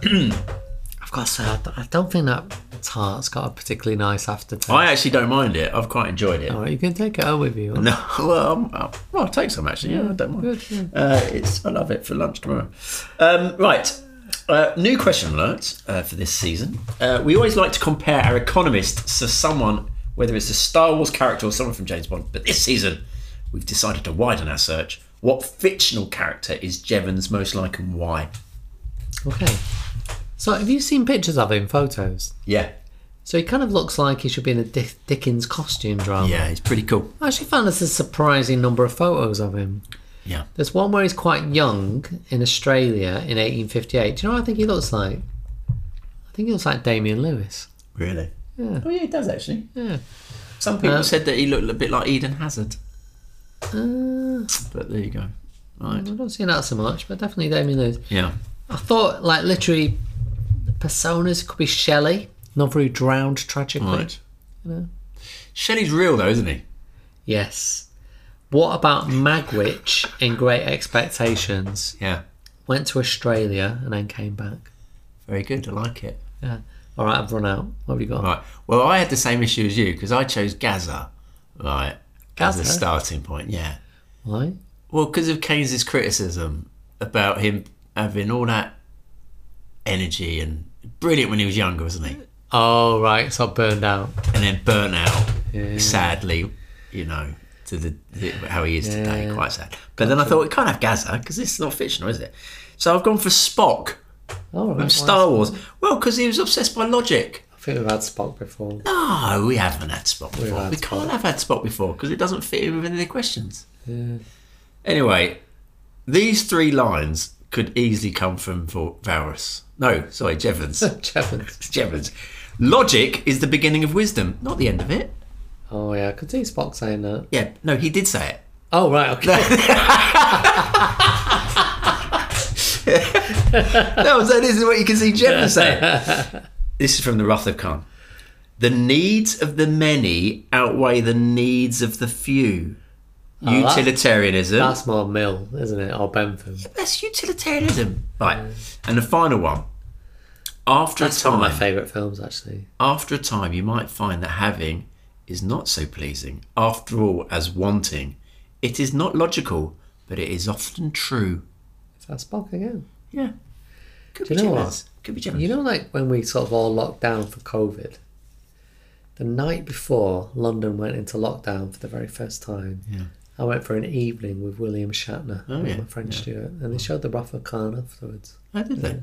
B: I've got to say, I d- I don't think that tart's got a particularly nice aftertaste.
C: I actually don't mind it. I've quite enjoyed it.
B: All right, you can take it home with you.
C: No, well, I'm, i well, I'll take some actually. Yeah, I don't mind.
B: Good, yeah.
C: Uh, it's I love it for lunch tomorrow. Um, right, uh, new question alert uh, for this season. Uh, we always like to compare our economists to someone, whether it's a Star Wars character or someone from James Bond. But this season, we've decided to widen our search. What fictional character is Jevons most like, and why?
B: Okay. So, have you seen pictures of him, photos?
C: Yeah,
B: So he kind of looks like he should be in a Dick- Dickens costume drama.
C: yeah, he's pretty cool.
B: I actually found this a surprising number of photos of him.
C: Yeah,
B: There's one where he's quite young in Australia in 1858. Do you know what I think he looks like? I think he looks like Damien Lewis.
C: really.
B: Yeah.
C: Oh yeah, he does actually.
B: Yeah.
C: Some people
B: Uh,
C: said that he looked a bit like Eden Hazard,
B: Uh,
C: but there you go.
B: I
C: Right.
B: don't see that so much, but definitely Damien Lewis.
C: Yeah.
B: I thought, like, literally, personas could be Shelley, another who drowned tragically.
C: Right.
B: Yeah.
A: Shelley's real though, isn't he?
B: Yes. What about Magwitch in Great Expectations?
A: Yeah.
B: Went to Australia and then came back.
A: Very good. I like it.
B: Yeah. All right, I've run out. What have you got?
A: Right. Well, I had the same issue as you because I chose Gaza, right, as a
B: Gaza?
A: starting point. Yeah.
B: Why?
A: Well, because of Keynes's criticism about him having all that energy and brilliant when he was younger, wasn't he?
B: Oh, right. So I burned out.
A: And then burnt out,
B: Yeah.
A: sadly, you know, to the how he is today.
B: Yeah.
A: Quite sad. But then I thought we can't have Gaza because it's not fictional, is it? So I've gone for Spock
B: All right.
A: from
B: well,
A: Star Wars. Well, because he was obsessed by logic.
B: I think we've had Spock before.
A: No, we haven't had Spock before.
B: had
A: We
B: Spock.
A: can't have had Spock before because it doesn't fit in with any of the questions. Anyway, these three lines could easily come from Va- Varus. No, sorry, Jevons.
B: Jevons.
A: Jevons. Logic is the beginning of wisdom, not the end of it.
B: Oh, yeah. I could see Spock saying that.
A: Yeah, no, he did say it.
B: Oh, right. Okay.
A: No, so this is what you can see Jevons saying. This is from the Wrath of Khan. The needs of the many outweigh the needs of the few.
B: that's-
A: Utilitarianism.
B: That's more Mill, isn't it? Or Bentham.
A: That's utilitarianism. Right. And the final one. After
B: That's
A: a time,
B: one of my favourite films, actually.
A: after a time, you might find that having is not so pleasing. After all, as wanting, it is not logical, but it is often true.
B: Is that Spock again?
A: Yeah. Could
B: Do
A: be
B: you know
A: Jevons. Could be Jevons.
B: You know, like when we sort of all locked down for COVID, the night before London went into lockdown for the very first time, yeah. I went for an evening with William Shatner and
A: Oh, yeah,
B: my friend Stuart, and they showed the Wrath of Khan afterwards.
A: I did that.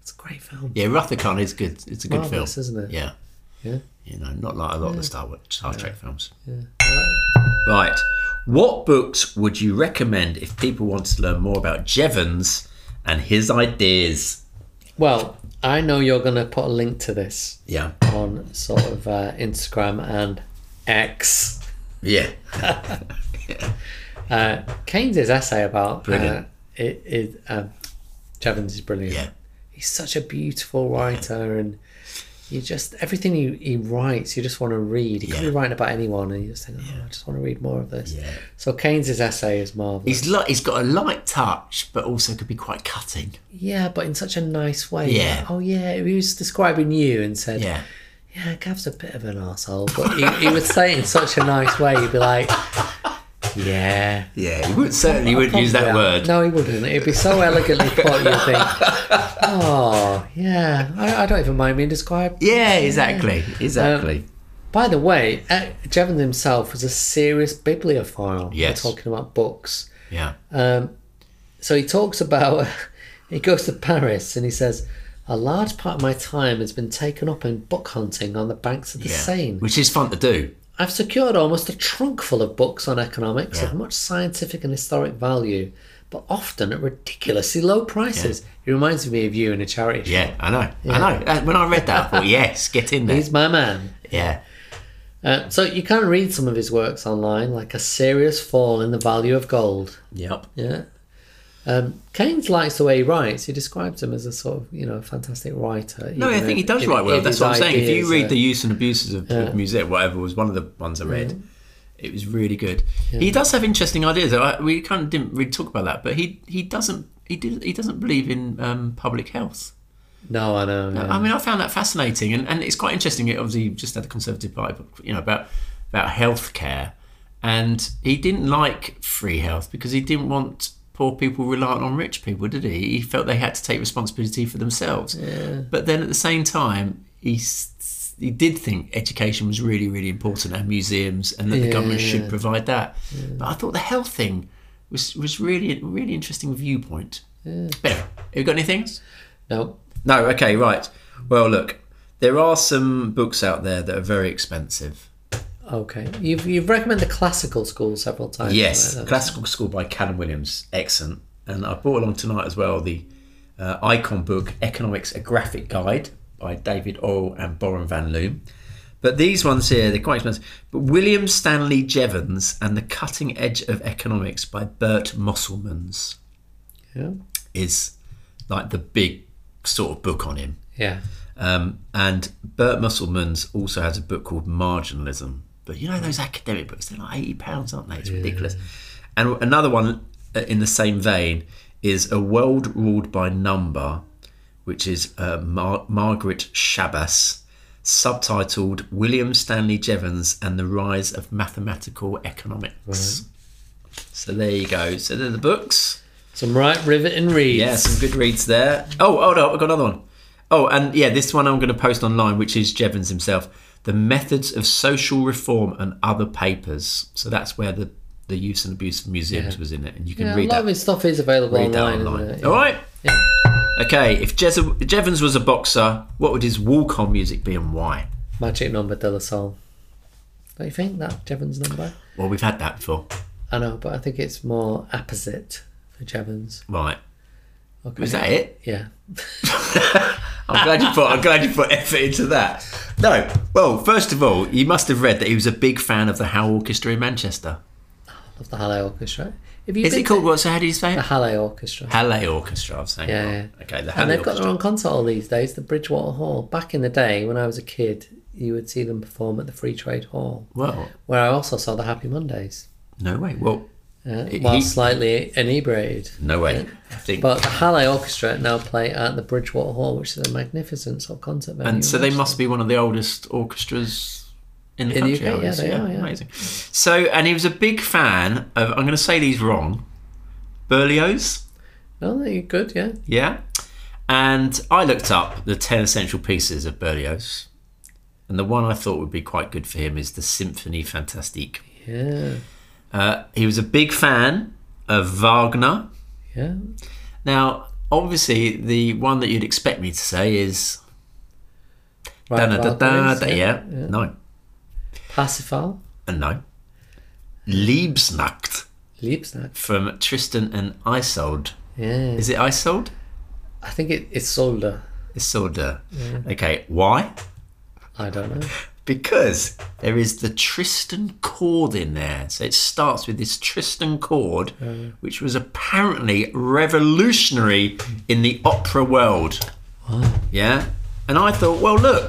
B: It's a great film.
A: Yeah, Wrath of Khan is good. It's a good film.
B: Marvellous, isn't it?
A: Yeah.
B: Yeah.
A: You know, not like a lot of the Star, Wars, Star Trek films.
B: Yeah.
A: Right. What books would you recommend if people wanted to learn more about Jevons and his ideas?
B: Well, I know you're going to put a link to this
A: Yeah.
B: on sort of uh, Instagram and X.
A: Yeah.
B: Uh, Keynes' essay about
A: Brilliant.
B: Uh, it, it, um, Jevons is brilliant.
A: Yeah.
B: he's such a beautiful writer and you just everything he, he writes you just want to read he could be
A: Yeah.
B: writing about anyone and you just think oh, i just want to read more of this
A: Yeah.
B: so keynes's essay is marvelous
A: He's li- he's got a light touch, but also could be quite cutting.
B: yeah but in such a nice way
A: Yeah.
B: oh yeah if he was describing you and said
A: Yeah.
B: yeah gav's a bit of an asshole but he, he would say it in such a nice way he'd be like yeah
A: Yeah. He would certainly wouldn't use that
B: Yeah.
A: word.
B: No, he wouldn't. It'd be so elegantly put. You'd think, oh yeah, I, I don't even mind being described.
A: Yeah, Um, exactly. Exactly.
B: By the way, uh, Jevons himself was a serious bibliophile.
A: Yes.
B: We're talking about books.
A: yeah.
B: Um, so he talks about, he goes to Paris and he says, a large part of my time has been taken up in book hunting on the banks of the
A: yeah.
B: Seine.
A: Which is fun to do.
B: I've secured almost a trunk full of books on economics of much scientific and historic value, but often at ridiculously low prices. It reminds me of you in a charity shop.
A: Yeah, I know. I know. Uh, When I read that, I thought, yes, get in there.
B: He's my man.
A: Yeah.
B: Uh, so you can read some of his works online, like A Serious Fall in the Value of Gold.
A: Yep.
B: Yeah. Um, Keynes likes the way he writes. He describes him as a sort of, you know, fantastic writer.
A: No, I
B: even
A: think he
B: if-
A: does
B: if-
A: write well.
B: if
A: That's
B: his
A: what I'm saying. If you
B: ideas
A: read
B: are-
A: The Use and Abuses of
B: Yeah.
A: of Musette, whatever was one of the ones I read, it was really good. He does have interesting ideas. though. I, we kind of didn't really talk about that, but he he doesn't he did, he doesn't believe in um, public health.
B: No, I know. yeah.
A: I mean, I found that fascinating, and, and it's quite interesting. It obviously just had the Conservative Party, but, you know, about about healthcare, and he didn't like free health because he didn't want poor people reliant on rich people, did he? He felt they had to take responsibility for themselves. But then at the same time, he s- he did think education was really really important and museums, and that the
B: Yeah,
A: government
B: yeah,
A: should
B: yeah.
A: provide that. But I thought the health thing was was really a really interesting viewpoint. Better. Have you got anything else?
B: No.
A: No, okay, right. Well, look, there are some books out there that are very expensive.
B: Okay. You've, you've recommended the classical school several times.
A: yes,
B: right?
A: Classical School by Callum Williams, excellent. And I brought along tonight as well the uh, icon book Economics: A Graphic Guide by David Orrell and Boren van Loom. But these ones here, they're quite expensive. But William Stanley Jevons and the Cutting Edge of Economics by Bert Mosselmans
B: Yeah.
A: is like the big sort of book on him.
B: yeah.
A: Um, and Bert Musselman's also has a book called Marginalism. But you know those academic books, they're like eighty pounds, aren't they? It's ridiculous. And another one uh, in the same vein is A World Ruled by Number, which is uh, Mar- Margaret Shabbas, subtitled William Stanley Jevons and the Rise of Mathematical Economics. So there you go. So they're the books.
B: Some right rivet and reads.
A: Yeah, some good reads there. Oh, hold on, I've got another one. Oh, and yeah, this one I'm going to post online, which is Jevons himself. The Methods of Social Reform and Other Papers. So that's where the, the use and abuse of museums was in it. And you can
B: Yeah, a
A: read
B: lot
A: that,
B: of his stuff is available
A: read that
B: online. isn't
A: online. Oh.
B: it?
A: All right. Okay, if Jez- Jevons was a boxer, what would his Walcon music be and why?
B: Magic number de la Soul. Don't you think that Jevons number?
A: Well, we've had that before.
B: I know, but I think it's more apposite for Jevons.
A: Right.
B: Okay.
A: Was that it?
B: Yeah.
A: I'm glad you put. I'm glad you put effort into that. No. Well, first of all, you must have read that he was a big fan of the Howe Orchestra in Manchester.
B: Of the Halle Orchestra. If you
A: Is it called what? So how do you say
B: the
A: it?
B: Halle Orchestra?
A: Halle Orchestra. I was saying.
B: Yeah,
A: right.
B: yeah.
A: Okay. The
B: and
A: Halle
B: they've
A: Orchestra.
B: got their own concert hall these days, the Bridgewater Hall. Back in the day, when I was a kid, you would see them perform at the Free Trade Hall,
A: well,
B: where I also saw the Happy Mondays,
A: no way. Well,
B: uh,
A: He-
B: while
A: he-
B: slightly inebriated.
A: no way. I think.
B: But the Halle Orchestra now play at the Bridgewater Hall, which is a magnificent sort of concert venue.
A: and so they must be one of the oldest orchestras in the
B: In the
A: country.
B: UK,
A: I
B: yeah,
A: guess.
B: they are, yeah.
A: Amazing. So, and he was a big fan of. I'm going to say these wrong. Berlioz.
B: Oh, you're good, yeah.
A: Yeah. And I looked up the 10 essential pieces of Berlioz. And the one I thought would be quite good for him is the Symphonie Fantastique.
B: Yeah,
A: Uh, he was a big fan of Wagner.
B: yeah.
A: Now, obviously, the one that you'd expect me to say is.
B: Right,
A: da, da,
B: Valkyries,
A: da, yeah. No.
B: Parsifal,
A: And no. Liebesnacht
B: Liebsnack.
A: from Tristan and Isolde.
B: Yeah.
A: Is it Isolde?
B: I think it, it's Solder.
A: Isolde. Okay, why?
B: I don't know.
A: because there is the Tristan chord in there. So it starts with this Tristan chord,
B: Uh.
A: which was apparently revolutionary in the opera world. Yeah? And I thought, well, look,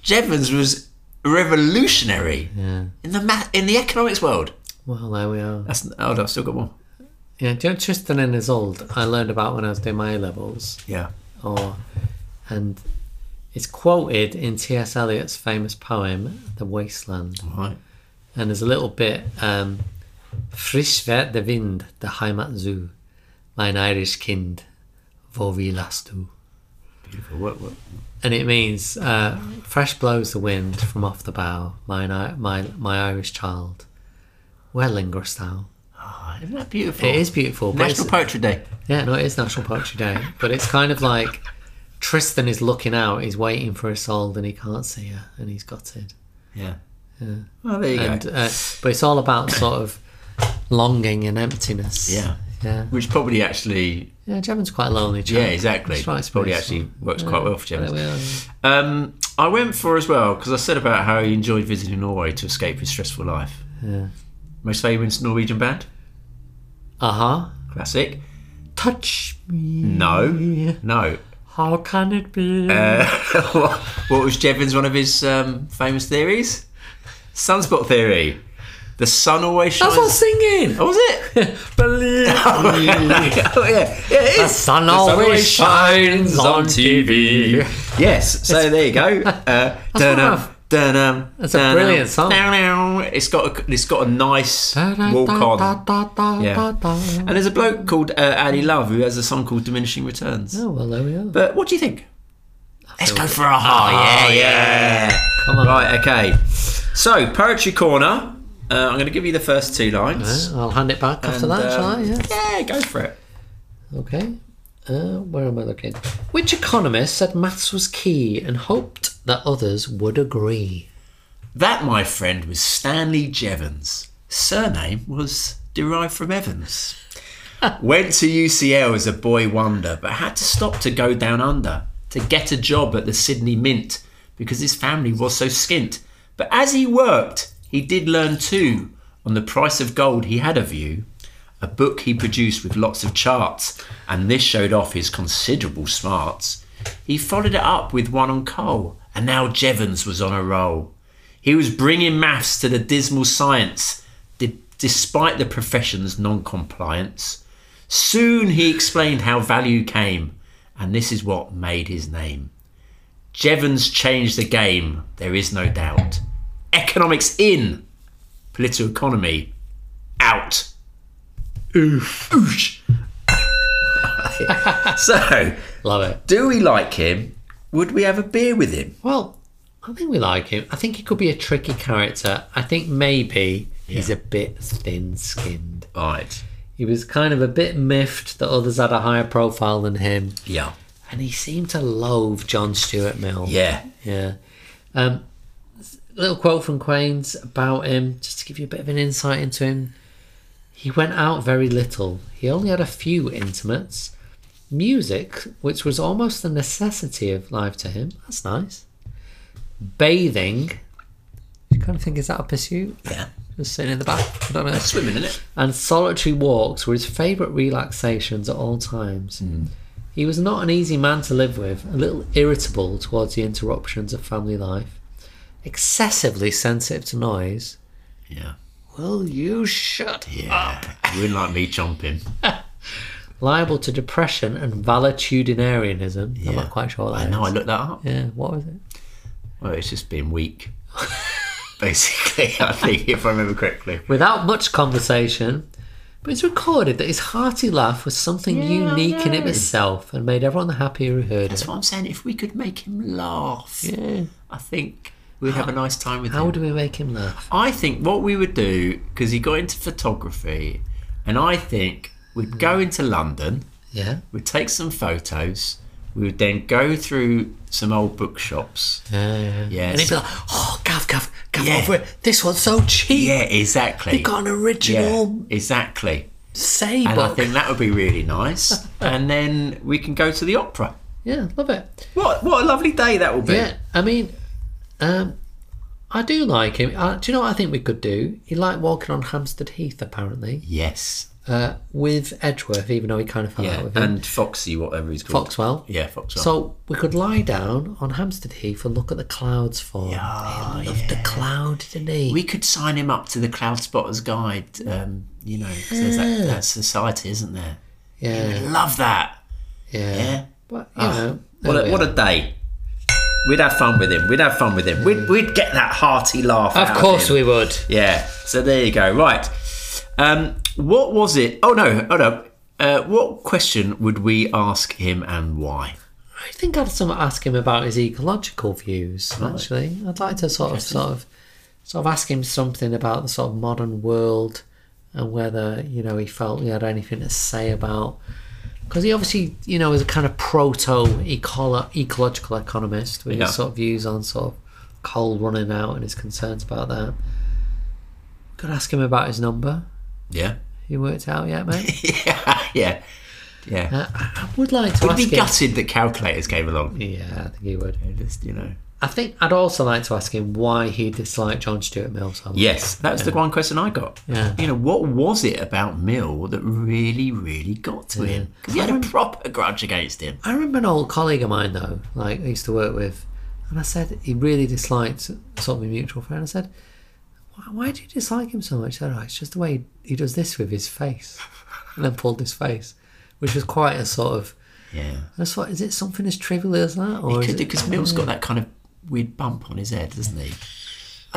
A: Jevons was revolutionary in the ma- in the economics world.
B: Well, there we are.
A: That's oh, no, I've still got one.
B: Yeah, do you know Tristan and Isolde? I learned about when I was doing my A levels.
A: Yeah.
B: or and it's quoted in T.S. Eliot's famous poem The Wasteland
A: Right.
B: and there's a little bit um, Frisch wird der Wind der Heimat zu mein Irisch Kind wo willst du
A: Beautiful. What, what?
B: and it means uh, fresh blows the wind from off the bough mine, I- my, my Irish child where lingerest thou
A: Oh, isn't that beautiful?
B: it is beautiful but
A: National
B: it's,
A: Poetry Day.
B: yeah no it is National Poetry Day but it's kind of like Tristan is looking out he's waiting for Isolde and he can't see her and he's got it
A: Yeah. Well, there you
B: and
A: go.
B: uh, but it's all about sort of longing and emptiness.
A: Yeah.
B: Yeah.
A: Which probably actually,
B: Yeah, German's quite a lonely. Child.
A: yeah, exactly.
B: It's right,
A: probably
B: it's-
A: actually works quite well for
B: Yeah,
A: Gemma.
B: well,
A: Um, I went for as well because I said about how he enjoyed visiting Norway to escape his stressful life.
B: Yeah.
A: Most famous Norwegian band,
B: Uh-huh.
A: classic.
B: Touch me.
A: No, no.
B: How can it be?
A: Uh, what, what was Jevons' one of his um, famous theories? Sunspot theory. The sun always shines.
B: That's not singing.
A: Oh, was it?
B: Believe
A: oh, yeah, yeah, it
B: the
A: is.
B: sun always shines on TV.
A: Yes, so there you go. Uh,
B: rough.
A: dun-dum, dun-dum,
B: That's a
A: dun-dum,
B: brilliant song.
A: dun-dum. It's got a, it's got a nice walk on. Yeah.
B: Oh,
A: And there's a bloke called uh, Ali Love who has a song called Diminishing Returns.
B: Oh, well, there we are.
A: But what do you think? Let's go for a high. yeah, yeah.
B: Ah, Come on.
A: Right, okay. So, Poetry Corner. Uh, I'm going to give you the first two lines.
B: I'll hand it back after
A: And,
B: that, shall I?
A: um,
B: Yeah.
A: yeah, go for it.
B: Okay. Uh, where am I looking? Which economist said maths was key and hoped that others would agree?
A: That, my friend, was Stanley Jevons. Surname was derived from Evans. Went to UCL as a boy wonder, but had to stop to go down under to get a job at the Sydney Mint because his family was so skint. But as he worked, he did learn too. On the price of gold, he had a view. A book he produced with lots of charts, and this showed off his considerable smarts. He followed it up with one on coal, and now Jevons was on a roll. He was bringing maths to the dismal science, de- despite the profession's non compliance. Soon he explained how value came, and this is what made his name. Jevons changed the game, there is no doubt. Economics in, political economy out. Oof. so,
B: Love it.
A: do we like him? Would we have a beer with him?
B: Well, I think we like him. I think he could be a tricky character. I think maybe he's a bit thin skinned.
A: Right.
B: He was kind of a bit miffed that others had a higher profile than him.
A: Yeah.
B: And he seemed to loathe John Stuart Mill.
A: Yeah.
B: Yeah. Um, little quote from Quains about him, just to give you a bit of an insight into him. He went out very little. He only had a few intimates. Music, which was almost a necessity of life to him. That's nice. Bathing. You kind of think, is that a pursuit?
A: Yeah.
B: Just sitting in the bath. I don't know
A: Swimming in it.
B: and solitary walks were his favourite relaxations at all times.
A: Mm.
B: He was not an easy man to live with, a little irritable towards the interruptions of family life, excessively sensitive to noise.
A: Yeah. Ah.
B: Will you shut
A: Yeah. You wouldn't like me chomping.
B: Liable to depression and valetudinarianism. I'm
A: Yeah.
B: not quite sure what that
A: I know, I
B: is.
A: looked that up.
B: Yeah, what was it?
A: Well, it's just being weak. Basically, I think, if I remember correctly.
B: Without much conversation, but it's recorded that his hearty laugh was something unique in of itself and made everyone happier who heard
A: That's
B: it.
A: what I'm saying. If we could make him laugh,
B: Yeah.
A: I think we'd have a nice time with him.
B: How do we make him laugh?
A: I think what we would do, because he got into photography, and I think we'd go into London,
B: Yeah.
A: we'd take some photos, we would then go through some old bookshops.
B: Yeah, yeah.
A: Yes.
B: And he'd be like, oh, Gav, Gav, Gav,
A: Yeah.
B: over it. This one's so cheap.
A: Yeah, exactly.
B: They got an
A: yeah,
B: original
A: exactly.
B: say
A: And I
B: book.
A: think that would be really nice. and then we can go to the opera.
B: yeah, love it.
A: What what a lovely day that will be.
B: Yeah, I mean, um, I do like him. Uh, do you know what I think we could do? He liked walking on Hampstead Heath, apparently,
A: Yes.
B: uh, with Edgeworth, even though he kind of fell out
A: Yeah.
B: with him.
A: And Foxy, whatever he's called.
B: Foxwell.
A: Yeah, Foxwell.
B: So we could lie down on Hampstead Heath and look at the clouds for him. he loved the cloud, didn't he?
A: we could sign him up to the Cloud Spotters Guide, um, you know, 'cause there's that, that society, isn't there?
B: yeah,
A: Love that.
B: yeah, Oh,
A: Yeah. Oh,
B: But, you know, there
A: What
B: we
A: a, what
B: are.
A: a day. We'd have fun with him. We'd have fun with him. We'd, we'd get that hearty laugh.
B: of course we would.
A: Yeah. So there you go. Right. Um, what was it? Oh no. Oh no. Uh, what question would we ask him and why?
B: I think I'd some ask him about his ecological views. Actually, I'd like to sort of sort of sort of ask him something about the sort of modern world and whether you know he felt he had anything to say about because he obviously you know is a kind of proto ecological economist with
A: Yeah.
B: his sort of views on sort of coal running out and his concerns about that. Could ask him about his number.
A: Yeah.
B: You worked out yet, mate?
A: yeah. Yeah. Yeah.
B: I, I would like to
A: Would
B: Uh, ask
A: be
B: him.
A: gutted that calculators came along.
B: yeah, I think he would.
A: Just, you know.
B: I think I'd also like to ask him why he disliked John Stuart Mill so much.
A: Yes, that was the one question I got.
B: Yeah.
A: You know, what was it about Mill that really, really got to him? Because he had a proper grudge against him.
B: I remember an old colleague of mine though, like I used to work with, and I said he really disliked sort of a mutual friend. I said, why, why do you dislike him so much? He said, oh, it's just the way he, he does this with his face, and then pulled his face, which was quite a sort of.
A: Yeah.
B: I just thought, is it something as trivial as that, or is it
A: Because Mill's got that kind of weird bump on his head, doesn't he?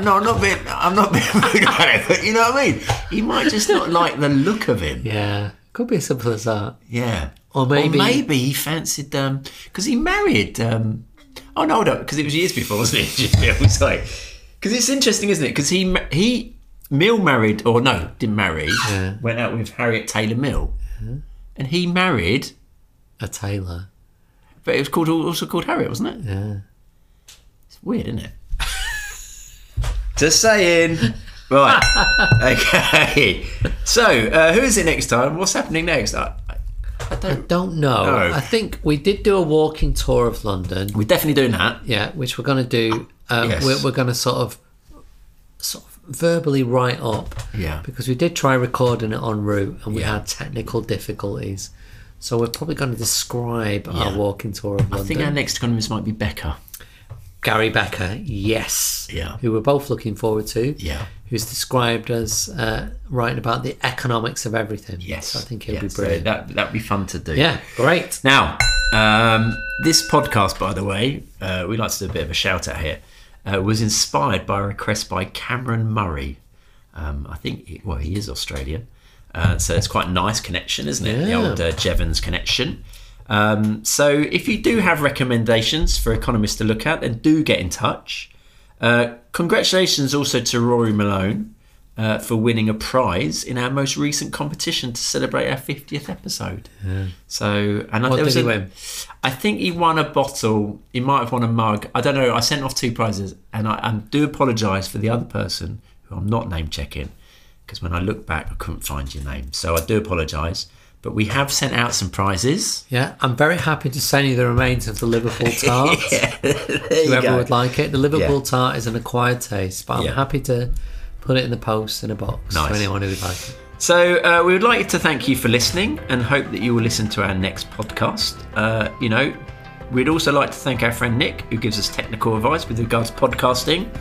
A: No, I'm not being, I'm not being rude about it, but you know what I mean? He might just not like the look of him.
B: Yeah, could be as simple as that.
A: Yeah.
B: Or maybe-
A: maybe he fancied um because he married um oh no no because it was years before wasn't it? Just- yeah, I'm sorry. Because it's interesting, isn't it? Because he ma- he Mill married or no didn't marry
B: Yeah.
A: went out with Harriet Taylor Mill and he married
B: A tailor.
A: but it was called also called Harriet wasn't it?
B: Yeah.
A: It's weird, isn't it? Just saying. Right. okay. So uh, who is it next time? What's happening next? I, I, I
B: I
A: don't.
B: don't know.
A: No.
B: I think we did do a walking tour of London.
A: We're definitely doing that.
B: Yeah, which we're going to do. Um,
A: Yes.
B: We're, we're going to sort of, sort of verbally write up.
A: Yeah.
B: Because we did try recording it en route and we
A: Yeah.
B: had technical difficulties, so we're probably going to describe
A: Yeah.
B: our walking tour of London.
A: I think our next economist might be Becca.
B: Gary Becker, yes.
A: Yeah.
B: Who we're both looking forward to.
A: Yeah.
B: Who's described as uh, writing about the economics of everything.
A: Yes.
B: So I think he'll
A: Yeah,
B: be
A: so
B: brilliant.
A: that that'd be fun to do.
B: yeah, great.
A: Now, um, this podcast, by the way, uh, we like to do a bit of a shout out here, uh, was inspired by a request by Cameron Murray. Um, I think, he, well, he is Australian. Uh, so it's quite a nice connection, isn't it? The
B: Yeah.
A: old uh, Jevons connection. Um, so if you do have recommendations for economists to look at, then do get in touch. Uh, congratulations also to Rory Malone uh, for winning a prize in our most recent competition to celebrate our 50th episode. So, and I, there
B: What did
A: was
B: he
A: a-
B: win?
A: I think he won a bottle. He might have won a mug. I don't know. I sent off two prizes, and I, I do apologise for the other person who I'm not name checking because when I look back, I couldn't find your name. So I do apologise. But we have sent out some prizes.
B: Yeah, I'm very happy to send you the remains of the Liverpool tart. whoever would like it. The Liverpool
A: Yeah.
B: tart is an acquired taste, but I'm
A: Yeah.
B: happy to put it in the post in a box for
A: Nice.
B: anyone who would like it.
A: So uh, we would like to thank you for listening and hope that you will listen to our next podcast. Uh, you know, we'd also like to thank our friend Nick, who gives us technical advice with regards to podcasting.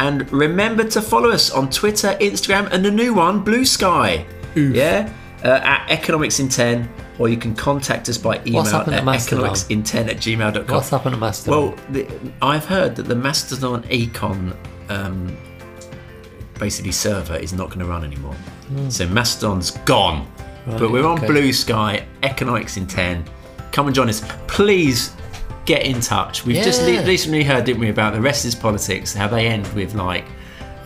A: And remember to follow us on Twitter, Instagram, and the new one, Blue Sky. Yeah, uh, at Economics in 10, or you can contact us by email
B: What's happened
A: at
B: to Mastodon?
A: economicsin10 at gmail.com.
B: What's happened to Mastodon?
A: Well, the, I've heard that the Mastodon Econ um, basically server is not going to run anymore. So Mastodon's gone. but we're on
B: Hmm. okay.
A: Blue Sky, Economics in 10. Come and join us. Please get in touch. We've just
B: Yeah.
A: le- recently heard, didn't we, about the rest is politics, how they end with like,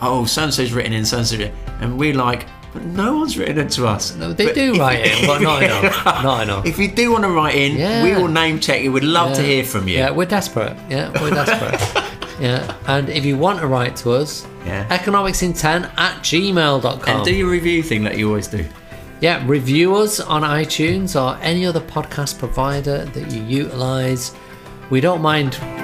A: oh, so and so's written in, so and so's written. And we're like, but no one's written it to us.
B: No, they
A: But
B: do
A: if-
B: write it, but not enough. Not enough.
A: If you do want to write in, we
B: Yeah.
A: will name check you. We'd love to
B: Yeah.
A: hear from you.
B: Yeah, we're desperate. Yeah, we're desperate. yeah, and if you want to write to us,
A: Yeah.
B: economicsin10 at gmail.com.
A: And do your review thing that you always do.
B: Yeah, review us on iTunes or any other podcast provider that you utilize. We don't mind